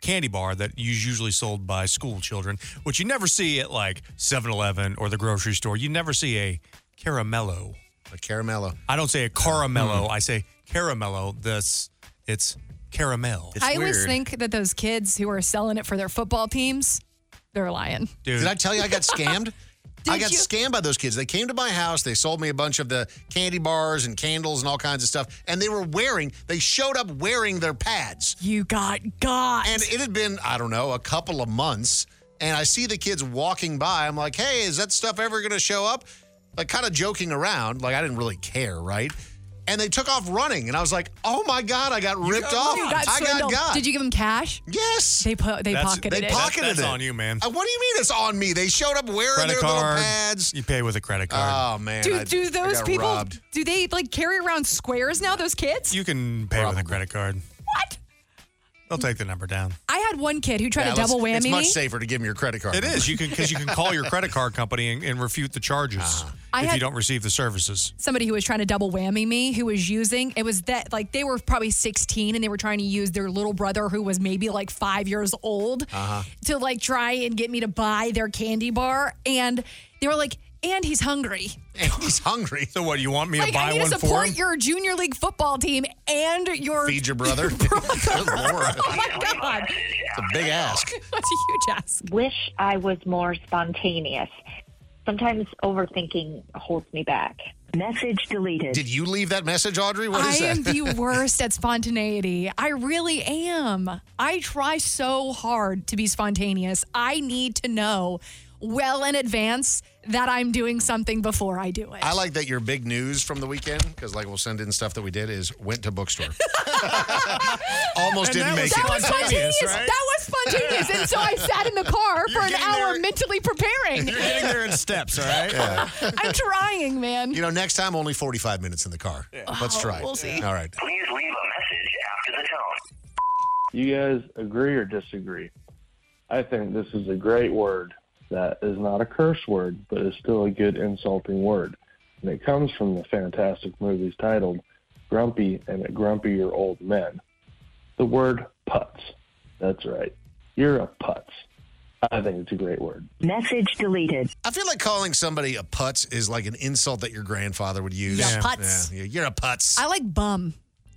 [SPEAKER 5] candy bar that is usually sold by school children, which you never see at like 7-Eleven or the grocery store. You never see a caramello.
[SPEAKER 3] A caramello.
[SPEAKER 5] I don't say a caramello. I say caramello. This it's caramel,
[SPEAKER 10] It's
[SPEAKER 4] I always
[SPEAKER 10] weird.
[SPEAKER 4] think that those kids who are selling it for their football teams, they're lying.
[SPEAKER 5] dude.
[SPEAKER 3] Did I tell you I got scammed? I got
[SPEAKER 4] you?
[SPEAKER 3] scammed by those kids. They came to my house. They sold me a bunch of the candy bars and candles and all kinds of stuff. And they were wearing, they showed up wearing their pads.
[SPEAKER 4] You got got.
[SPEAKER 3] And it had been, I don't know, a couple of months. And I see the kids walking by. I'm like, hey, is that stuff ever going to show up? Like, kind of joking around. Like, I didn't really care, right? And they took off running. And I was like, oh my God, I got ripped off.
[SPEAKER 4] You got
[SPEAKER 3] oh, I got
[SPEAKER 4] swindled.
[SPEAKER 3] got.
[SPEAKER 4] Did you give them cash?
[SPEAKER 3] Yes.
[SPEAKER 4] They po- they pocketed
[SPEAKER 3] they
[SPEAKER 4] it.
[SPEAKER 3] pocket- pocketed
[SPEAKER 5] that's
[SPEAKER 3] it.
[SPEAKER 5] on you, man.
[SPEAKER 3] Uh, what do you mean it's on me? They showed up wearing
[SPEAKER 5] Credit
[SPEAKER 3] their
[SPEAKER 5] card.
[SPEAKER 3] little pads.
[SPEAKER 5] You pay with a credit card.
[SPEAKER 3] Oh, man.
[SPEAKER 4] do,
[SPEAKER 3] I-
[SPEAKER 4] do
[SPEAKER 3] I
[SPEAKER 4] those
[SPEAKER 3] got
[SPEAKER 4] people
[SPEAKER 3] robbed.
[SPEAKER 4] do they like carry around squares now? Those kids?
[SPEAKER 5] you can pay with a credit card.
[SPEAKER 4] what?
[SPEAKER 5] They'll take the number down.
[SPEAKER 4] I had one kid who tried
[SPEAKER 3] Yeah,
[SPEAKER 4] a
[SPEAKER 3] let's-
[SPEAKER 4] double whammy.
[SPEAKER 3] It's much safer to give them your credit card.
[SPEAKER 5] It
[SPEAKER 3] number.
[SPEAKER 5] is you can because you can call your credit card company and, and refute the charges
[SPEAKER 4] I
[SPEAKER 5] if you
[SPEAKER 4] had-
[SPEAKER 5] don't receive the services.
[SPEAKER 4] somebody who was trying to double whammy me who was using it was that like they were probably 16 and they were trying to use their little brother who was maybe like five years old
[SPEAKER 5] Uh-huh.
[SPEAKER 4] to like try and get me to buy their candy bar and they were like and he's hungry
[SPEAKER 3] And he's hungry.
[SPEAKER 5] So what? You want me
[SPEAKER 4] like
[SPEAKER 5] to buy
[SPEAKER 4] i need
[SPEAKER 5] one
[SPEAKER 4] to
[SPEAKER 5] for
[SPEAKER 4] support
[SPEAKER 5] him?
[SPEAKER 4] your junior league football team and your
[SPEAKER 3] Feed your brother. Good lord.
[SPEAKER 4] oh my god
[SPEAKER 3] It's a big ask.
[SPEAKER 4] that's a huge ask
[SPEAKER 25] wish I was more spontaneous. Sometimes overthinking holds me back.
[SPEAKER 8] Message deleted.
[SPEAKER 3] Did you leave that message, Audrey? What
[SPEAKER 4] I
[SPEAKER 3] is
[SPEAKER 4] am
[SPEAKER 3] that?
[SPEAKER 4] the worst at spontaneity. I really am. I try so hard to be spontaneous. I need to know well in advance that I'm doing something before I do it.
[SPEAKER 3] I like that your big news from the weekend, because like we'll send in stuff that we did, is went to bookstore. Almost
[SPEAKER 5] And
[SPEAKER 3] didn't make
[SPEAKER 5] that
[SPEAKER 3] it.
[SPEAKER 5] was
[SPEAKER 4] that was
[SPEAKER 5] spontaneous,
[SPEAKER 4] spontaneous.
[SPEAKER 5] right?
[SPEAKER 4] That was spontaneous. and so I sat in the car
[SPEAKER 5] You're
[SPEAKER 4] for an
[SPEAKER 5] getting
[SPEAKER 4] hour
[SPEAKER 5] there-
[SPEAKER 4] mentally preparing.
[SPEAKER 10] You're getting there in steps, all right?
[SPEAKER 4] I'm trying, man.
[SPEAKER 3] You know, next time only 45 minutes in the car. Let's
[SPEAKER 10] Oh,
[SPEAKER 3] try. it.
[SPEAKER 4] we'll see.
[SPEAKER 3] All right.
[SPEAKER 1] Please leave a message after the tone.
[SPEAKER 9] You guys agree or disagree? I think this is a great word.
[SPEAKER 11] that is not a curse word, but is still a good insulting word. And it comes from the fantastic movies titled Grumpy and Grumpier Old Men. The word putz. That's right. You're a putz. I think it's a great word.
[SPEAKER 8] Message deleted.
[SPEAKER 3] I feel like calling somebody a putz is like an insult that your grandfather would use.
[SPEAKER 4] Yeah, Yeah. putz.
[SPEAKER 3] Yeah, you're a putz.
[SPEAKER 4] I like bum.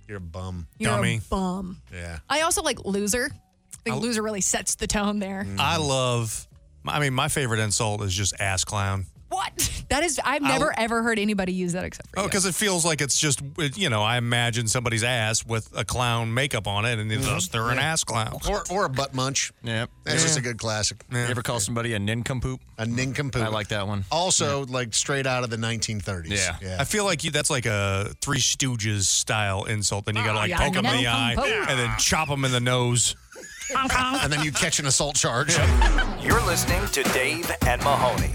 [SPEAKER 3] you're a bum.
[SPEAKER 4] You're a
[SPEAKER 5] Dummy.
[SPEAKER 4] bum.
[SPEAKER 3] Yeah.
[SPEAKER 26] I also like loser. I think
[SPEAKER 5] I- Mm.
[SPEAKER 26] loser really sets the tone there.
[SPEAKER 5] I love. I mean, my favorite insult is just ass clown.
[SPEAKER 4] What? That is, I've
[SPEAKER 5] I'll-
[SPEAKER 4] never ever heard anybody use that except for
[SPEAKER 5] Oh, because it feels like it's just it- you know. I imagine somebody's ass with a clown makeup on it, and thus they're an
[SPEAKER 3] Yeah.
[SPEAKER 5] ass clown.
[SPEAKER 3] Or, or a butt munch.
[SPEAKER 10] Yeah.
[SPEAKER 3] That's just a good classic.
[SPEAKER 10] You ever call somebody a nincompoop?
[SPEAKER 3] A nincompoop.
[SPEAKER 10] I like that one.
[SPEAKER 3] Also, like straight out of the 1930s.
[SPEAKER 10] Yeah.
[SPEAKER 5] I feel like you, that's like a Three Stooges style insult. Then you gotta like
[SPEAKER 3] yeah,
[SPEAKER 5] poke them in the eye
[SPEAKER 3] nincompoop.
[SPEAKER 5] and then chop them in the nose.
[SPEAKER 3] and then you catch an assault charge.
[SPEAKER 14] You're listening to Dave and Mahoney.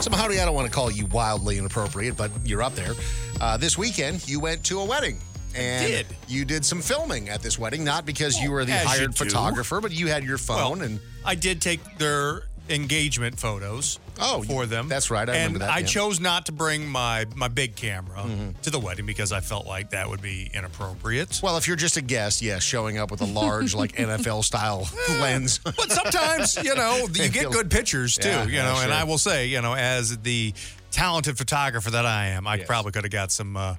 [SPEAKER 3] So, Mahoney, I don't want to call you wildly inappropriate, but you're up there. Uh, this weekend, you went to a wedding. And
[SPEAKER 5] did.
[SPEAKER 3] you did some filming at this wedding, not because you were the
[SPEAKER 5] as you
[SPEAKER 3] hired
[SPEAKER 5] do.
[SPEAKER 3] photographer, but you had your phone and
[SPEAKER 5] I did take their engagement photos.
[SPEAKER 3] Oh,
[SPEAKER 5] for them.
[SPEAKER 3] that's right. I
[SPEAKER 5] and
[SPEAKER 3] remember that.
[SPEAKER 5] I
[SPEAKER 3] yeah. Mm-hmm.
[SPEAKER 5] chose not to bring my my big camera to the wedding because I felt like that would be inappropriate.
[SPEAKER 3] Well, if you're just a guest, yeah, showing up with a large like NFL style lens.
[SPEAKER 5] Mm. But sometimes, you know, you get good pictures too,
[SPEAKER 3] Yeah,
[SPEAKER 5] you
[SPEAKER 3] yeah,
[SPEAKER 5] know, and
[SPEAKER 3] sure.
[SPEAKER 5] I will say, you know, as the talented photographer that I am, I probably could have got some uh,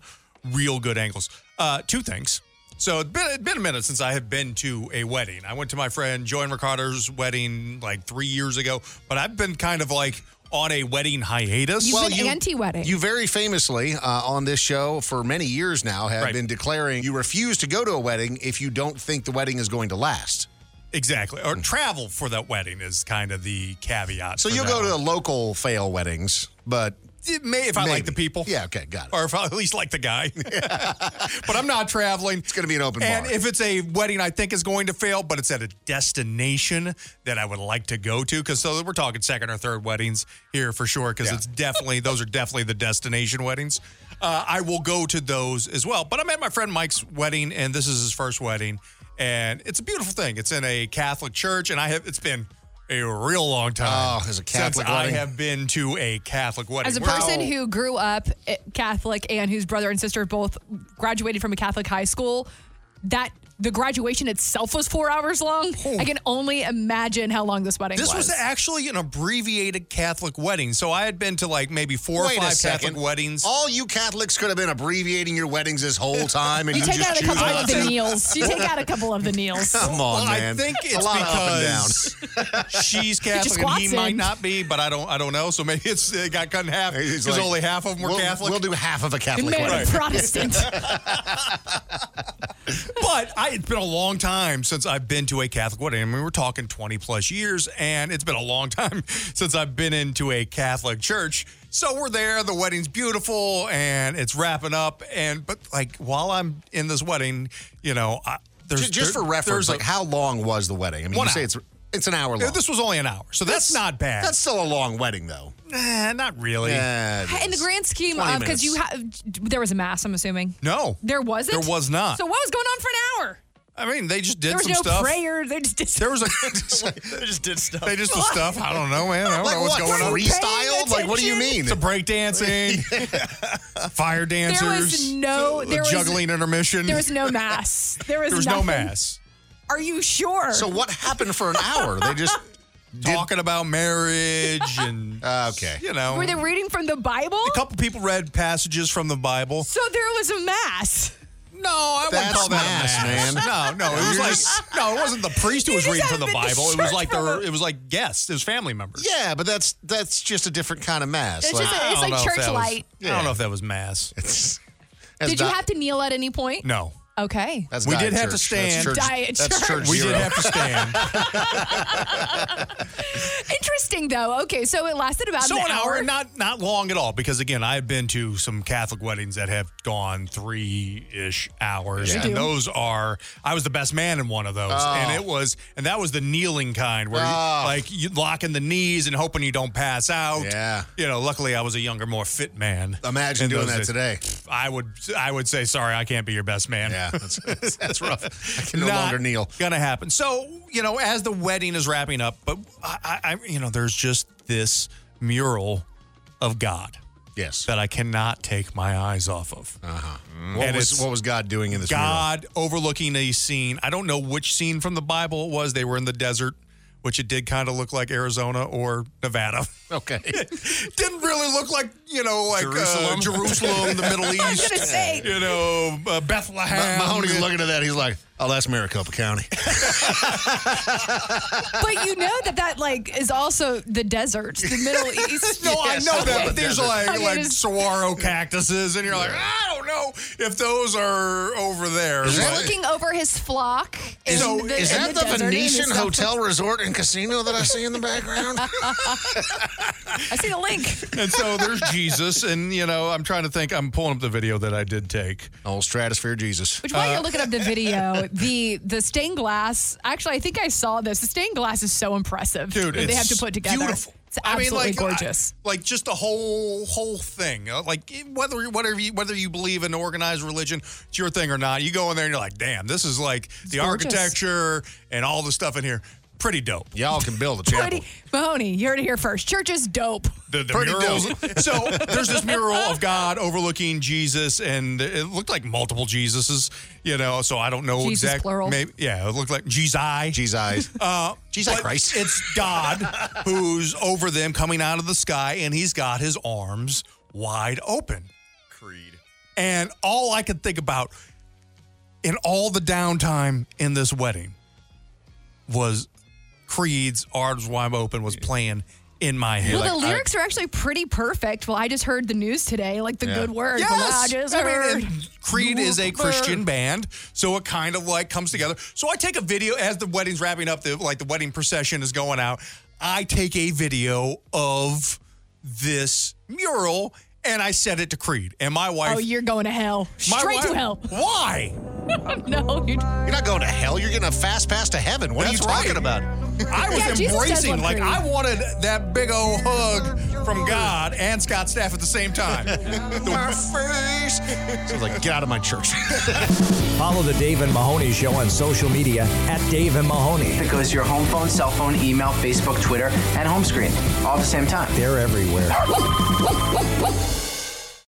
[SPEAKER 5] real good angles. Uh, two things. So it's been, it's been a minute since I have been to a wedding. I went to my friend Joan Ricardo's wedding like three years ago, but I've been kind of like on a wedding hiatus.
[SPEAKER 4] You've been anti-wedding.
[SPEAKER 3] You very famously uh, on this show for many years now have been declaring you refuse to go to a wedding if you don't think the wedding is going to last.
[SPEAKER 5] Exactly. Or travel for that wedding is kind of the caveat.
[SPEAKER 3] So
[SPEAKER 5] for
[SPEAKER 3] you'll
[SPEAKER 5] that
[SPEAKER 3] go
[SPEAKER 5] one.
[SPEAKER 3] to local fail weddings, but
[SPEAKER 5] It may if I like the people.
[SPEAKER 3] Yeah, okay, got it.
[SPEAKER 5] or if I at least like the guy. but I'm not traveling. It's
[SPEAKER 3] going to be an open
[SPEAKER 5] And
[SPEAKER 3] bar.
[SPEAKER 5] if it's a wedding I think is going to fail, but it's at a destination that I would like to go to, because so we're talking second or third weddings here for sure, because it's definitely, those are definitely the destination weddings. Uh, I will go to those as well. But I'm at my friend Mike's wedding, and this is his first wedding. And it's a beautiful thing. It's in a Catholic church, and I have, it's been a real long time.
[SPEAKER 3] Oh, as a
[SPEAKER 5] since
[SPEAKER 3] Catholic
[SPEAKER 5] I
[SPEAKER 3] wedding?
[SPEAKER 5] have been to a Catholic wedding.
[SPEAKER 4] As a
[SPEAKER 5] We're-
[SPEAKER 4] person who grew up eh, Catholic and whose brother and sister both graduated from a Catholic high school, that the graduation itself was four hours long. I can only imagine how long this wedding
[SPEAKER 5] This was actually an abbreviated Catholic wedding. So I had been to like maybe four or
[SPEAKER 3] Wait a
[SPEAKER 5] five Catholic
[SPEAKER 3] second. Oh,
[SPEAKER 5] weddings.
[SPEAKER 3] All you Catholics could have been abbreviating your weddings this whole time, and
[SPEAKER 4] You
[SPEAKER 3] you,
[SPEAKER 4] take
[SPEAKER 3] just
[SPEAKER 4] out a
[SPEAKER 3] choose
[SPEAKER 4] couple
[SPEAKER 3] not
[SPEAKER 4] of the
[SPEAKER 3] to.
[SPEAKER 4] kneels. You take out a couple of the kneels.
[SPEAKER 3] Come on,
[SPEAKER 5] Well, I
[SPEAKER 3] man.
[SPEAKER 5] think
[SPEAKER 3] a
[SPEAKER 5] it's
[SPEAKER 3] lot of up and down.
[SPEAKER 5] She's Catholic and
[SPEAKER 4] squats
[SPEAKER 5] he
[SPEAKER 4] in.
[SPEAKER 5] might not be, but I don't I don't know. So maybe it's it got cut in half
[SPEAKER 3] He's
[SPEAKER 5] because
[SPEAKER 3] like,
[SPEAKER 5] only half of them were
[SPEAKER 3] we'll,
[SPEAKER 5] Catholic.
[SPEAKER 3] We'll do half of a Catholic
[SPEAKER 4] Married
[SPEAKER 3] wedding.
[SPEAKER 4] Protestant.
[SPEAKER 5] but I, it's been a long time since I've been to a Catholic wedding. I mean, we're talking 20 plus years, and it's been a long time since I've been into a Catholic church. So we're there, the wedding's beautiful, and it's wrapping up. And but like while I'm in this wedding, you know, I, there's
[SPEAKER 3] Ju- just
[SPEAKER 5] there-
[SPEAKER 3] for reference,
[SPEAKER 5] there's a-
[SPEAKER 3] like how long was the wedding? I mean,
[SPEAKER 5] One
[SPEAKER 3] you say
[SPEAKER 5] hour.
[SPEAKER 3] it's it's an hour
[SPEAKER 5] Yeah,
[SPEAKER 3] long.
[SPEAKER 5] this was only an hour, so that's, not bad.
[SPEAKER 3] That's still a long wedding, though.
[SPEAKER 5] Eh, not really.
[SPEAKER 3] Yeah, it
[SPEAKER 4] In the
[SPEAKER 3] is.
[SPEAKER 4] grand scheme
[SPEAKER 3] 20
[SPEAKER 4] of, because you have, there was a mass, I'm assuming.
[SPEAKER 5] no,
[SPEAKER 4] There wasn't?
[SPEAKER 5] There was not.
[SPEAKER 4] So what was going on for an hour?
[SPEAKER 5] I mean, they just did
[SPEAKER 4] there was
[SPEAKER 5] some
[SPEAKER 4] no
[SPEAKER 5] stuff.
[SPEAKER 4] prayer. They just did
[SPEAKER 5] There was a.
[SPEAKER 10] they just did stuff.
[SPEAKER 5] They just did stuff. I don't know, man. I don't
[SPEAKER 3] Like
[SPEAKER 5] know what's
[SPEAKER 3] what?
[SPEAKER 5] going on.
[SPEAKER 3] Freestyled? Like, what do you mean?
[SPEAKER 5] It's a break dancing, fire dancers.
[SPEAKER 4] There was no,
[SPEAKER 5] the
[SPEAKER 4] there was,
[SPEAKER 5] juggling intermission.
[SPEAKER 4] there was no mass. There was,
[SPEAKER 5] There was no
[SPEAKER 4] nothing.
[SPEAKER 5] mass.
[SPEAKER 4] Are you sure?
[SPEAKER 3] So what happened for an hour? They just
[SPEAKER 5] Talking about marriage and
[SPEAKER 3] Ah, okay.
[SPEAKER 5] you know,
[SPEAKER 4] Were they reading from the Bible?
[SPEAKER 5] a couple people read passages from the Bible.
[SPEAKER 4] So there was a mass.
[SPEAKER 5] No, I
[SPEAKER 3] That's
[SPEAKER 5] wouldn't call that
[SPEAKER 3] mass,
[SPEAKER 5] a mass.
[SPEAKER 3] man.
[SPEAKER 5] No, no, it was
[SPEAKER 3] You're
[SPEAKER 5] like
[SPEAKER 3] just-
[SPEAKER 5] no, it wasn't the priest who
[SPEAKER 4] You
[SPEAKER 5] was
[SPEAKER 4] just
[SPEAKER 5] reading from the
[SPEAKER 4] haven't been to
[SPEAKER 5] Bible. It was
[SPEAKER 4] church
[SPEAKER 5] like
[SPEAKER 4] for
[SPEAKER 5] their,
[SPEAKER 4] a-
[SPEAKER 5] it was like guests, it was family members.
[SPEAKER 3] Yeah, but that's that's just a different kind of mass.
[SPEAKER 4] It's just a-
[SPEAKER 5] I don't
[SPEAKER 4] like
[SPEAKER 5] know if
[SPEAKER 4] church
[SPEAKER 5] that was-
[SPEAKER 4] light.
[SPEAKER 5] I
[SPEAKER 3] Yeah.
[SPEAKER 5] don't know if that was mass.
[SPEAKER 3] that's
[SPEAKER 4] Did you
[SPEAKER 3] not-
[SPEAKER 4] have to kneel at any point?
[SPEAKER 5] No.
[SPEAKER 4] Okay.
[SPEAKER 3] That's
[SPEAKER 5] We
[SPEAKER 3] diet
[SPEAKER 5] did have to
[SPEAKER 3] church.
[SPEAKER 5] stand.
[SPEAKER 3] That's church,
[SPEAKER 4] Diet
[SPEAKER 3] that's
[SPEAKER 4] church.
[SPEAKER 3] church
[SPEAKER 5] We
[SPEAKER 3] zero.
[SPEAKER 5] did have to stand.
[SPEAKER 4] Interesting though. Okay, so it lasted about
[SPEAKER 5] so
[SPEAKER 4] an, hour.
[SPEAKER 5] not not long at all. Because again, I've been to some Catholic weddings that have gone three ish hours,
[SPEAKER 4] Yeah. You
[SPEAKER 5] and
[SPEAKER 4] do.
[SPEAKER 5] those are. I was the best man in one of those,
[SPEAKER 3] Oh.
[SPEAKER 5] and it was, and that was the kneeling kind, where you,
[SPEAKER 3] Oh.
[SPEAKER 5] like you locking the knees and hoping you don't pass out.
[SPEAKER 3] Yeah.
[SPEAKER 5] you know. Luckily, I was a younger, more fit man.
[SPEAKER 3] Imagine
[SPEAKER 5] And
[SPEAKER 3] doing
[SPEAKER 5] those
[SPEAKER 3] that today.
[SPEAKER 5] I would, I would say, sorry, I can't be your best man.
[SPEAKER 3] Yeah, that's, that's rough. I can no
[SPEAKER 5] Not
[SPEAKER 3] longer kneel.
[SPEAKER 5] Gonna happen. So you know, as the wedding is wrapping up, but I, I, I- you know, there's just this mural of God.
[SPEAKER 3] Yes.
[SPEAKER 5] That I cannot take my eyes off of.
[SPEAKER 3] Uh-huh. What was, what was God doing in this mural?
[SPEAKER 5] God overlooking a scene. I don't know which scene from the Bible it was. They were in the desert, which it did kind of look like Arizona or Nevada.
[SPEAKER 3] Okay.
[SPEAKER 5] Didn't really look like, you know, like uh,
[SPEAKER 3] Jerusalem?
[SPEAKER 5] Jerusalem, the Middle East.
[SPEAKER 3] I was gonna say.
[SPEAKER 5] You know, uh, Bethlehem.
[SPEAKER 3] Ma- Mahoney's looking at that. He's like, oh, that's Maricopa County.
[SPEAKER 4] But you know that that like is also the desert, the Middle East.
[SPEAKER 5] No, I know that.
[SPEAKER 4] Okay.
[SPEAKER 5] But there's like
[SPEAKER 4] I mean,
[SPEAKER 5] like
[SPEAKER 4] it's-
[SPEAKER 5] saguaro cactuses, and you're like, I don't know if those are over there.
[SPEAKER 4] he's
[SPEAKER 5] but-
[SPEAKER 4] looking over his flock. in
[SPEAKER 3] So
[SPEAKER 4] the,
[SPEAKER 3] is
[SPEAKER 4] in
[SPEAKER 3] that the,
[SPEAKER 4] desert.
[SPEAKER 3] Venetian
[SPEAKER 4] It's-
[SPEAKER 3] Hotel Resort and Casino that I see in the background?
[SPEAKER 4] I see the link.
[SPEAKER 5] and so there's Jesus, and you know, I'm trying to think. I'm pulling up the video that I did take.
[SPEAKER 3] Oh, Stratosphere Jesus.
[SPEAKER 4] Which while you're looking up the video, the the stained glass. Actually, I think I saw this. The stained glass is so impressive.
[SPEAKER 5] Dude,
[SPEAKER 4] that they
[SPEAKER 5] it's
[SPEAKER 4] have to put together.
[SPEAKER 5] Beautiful.
[SPEAKER 4] It's absolutely
[SPEAKER 5] I mean, like, uh,
[SPEAKER 4] gorgeous.
[SPEAKER 5] I- like just the whole whole thing. Uh, Like whether whatever you, whether you believe in organized religion, it's your thing or not. You go in there and you're like, damn, this is like the
[SPEAKER 4] gorgeous.
[SPEAKER 5] architecture and all the stuff in here. Pretty dope.
[SPEAKER 3] Y'all can build a chapel.
[SPEAKER 4] Pretty, Mahoney, you heard it here first. Church is dope.
[SPEAKER 5] The, the
[SPEAKER 4] Pretty
[SPEAKER 5] murals.
[SPEAKER 4] dope.
[SPEAKER 5] so there's this mural of God overlooking Jesus, and it looked like multiple Jesuses, you know. So I don't know
[SPEAKER 4] Jesus
[SPEAKER 5] exactly.
[SPEAKER 4] plural.
[SPEAKER 5] Maybe yeah, it looked like Jesus.
[SPEAKER 3] Jesus.
[SPEAKER 5] Uh,
[SPEAKER 3] Jesus
[SPEAKER 5] but
[SPEAKER 3] Christ.
[SPEAKER 5] It's God who's over them, coming out of the sky, and he's got his arms wide open.
[SPEAKER 3] Creed.
[SPEAKER 5] And all I could think about in all the downtime in this wedding was Creed's arms wide open was playing in my head.
[SPEAKER 4] Well, the lyrics are actually pretty perfect. Well, I just heard the news today, like the
[SPEAKER 5] Yeah.
[SPEAKER 4] good word.
[SPEAKER 5] Yes!
[SPEAKER 4] Well, I just
[SPEAKER 5] I mean,
[SPEAKER 4] heard.
[SPEAKER 5] and Creed is a Christian band, so it kind of like comes together. So I take a video as the wedding's wrapping up, the like the wedding procession is going out. I take a video of this mural and I send it to Creed. And my wife
[SPEAKER 4] oh, you're going to hell.
[SPEAKER 5] My
[SPEAKER 4] Straight to
[SPEAKER 5] wife-
[SPEAKER 4] hell.
[SPEAKER 5] Why?
[SPEAKER 4] no, you
[SPEAKER 3] You're not going to hell. You're getting a fast pass to heaven. What
[SPEAKER 5] That's
[SPEAKER 3] are you talking
[SPEAKER 5] right.
[SPEAKER 3] about?
[SPEAKER 5] I was
[SPEAKER 4] Yeah, Jesus does
[SPEAKER 5] embracing,
[SPEAKER 4] love
[SPEAKER 5] like
[SPEAKER 4] Creed.
[SPEAKER 5] I wanted that big old hug from God and Scott Staff at the same time.
[SPEAKER 3] So I was like, get out of my church.
[SPEAKER 22] Follow the Dave and Mahoney Show on social media at Dave and Mahoney.
[SPEAKER 2] That goes to your home phone, cell phone, email, Facebook, Twitter, and home screen all at the same time.
[SPEAKER 22] They're everywhere.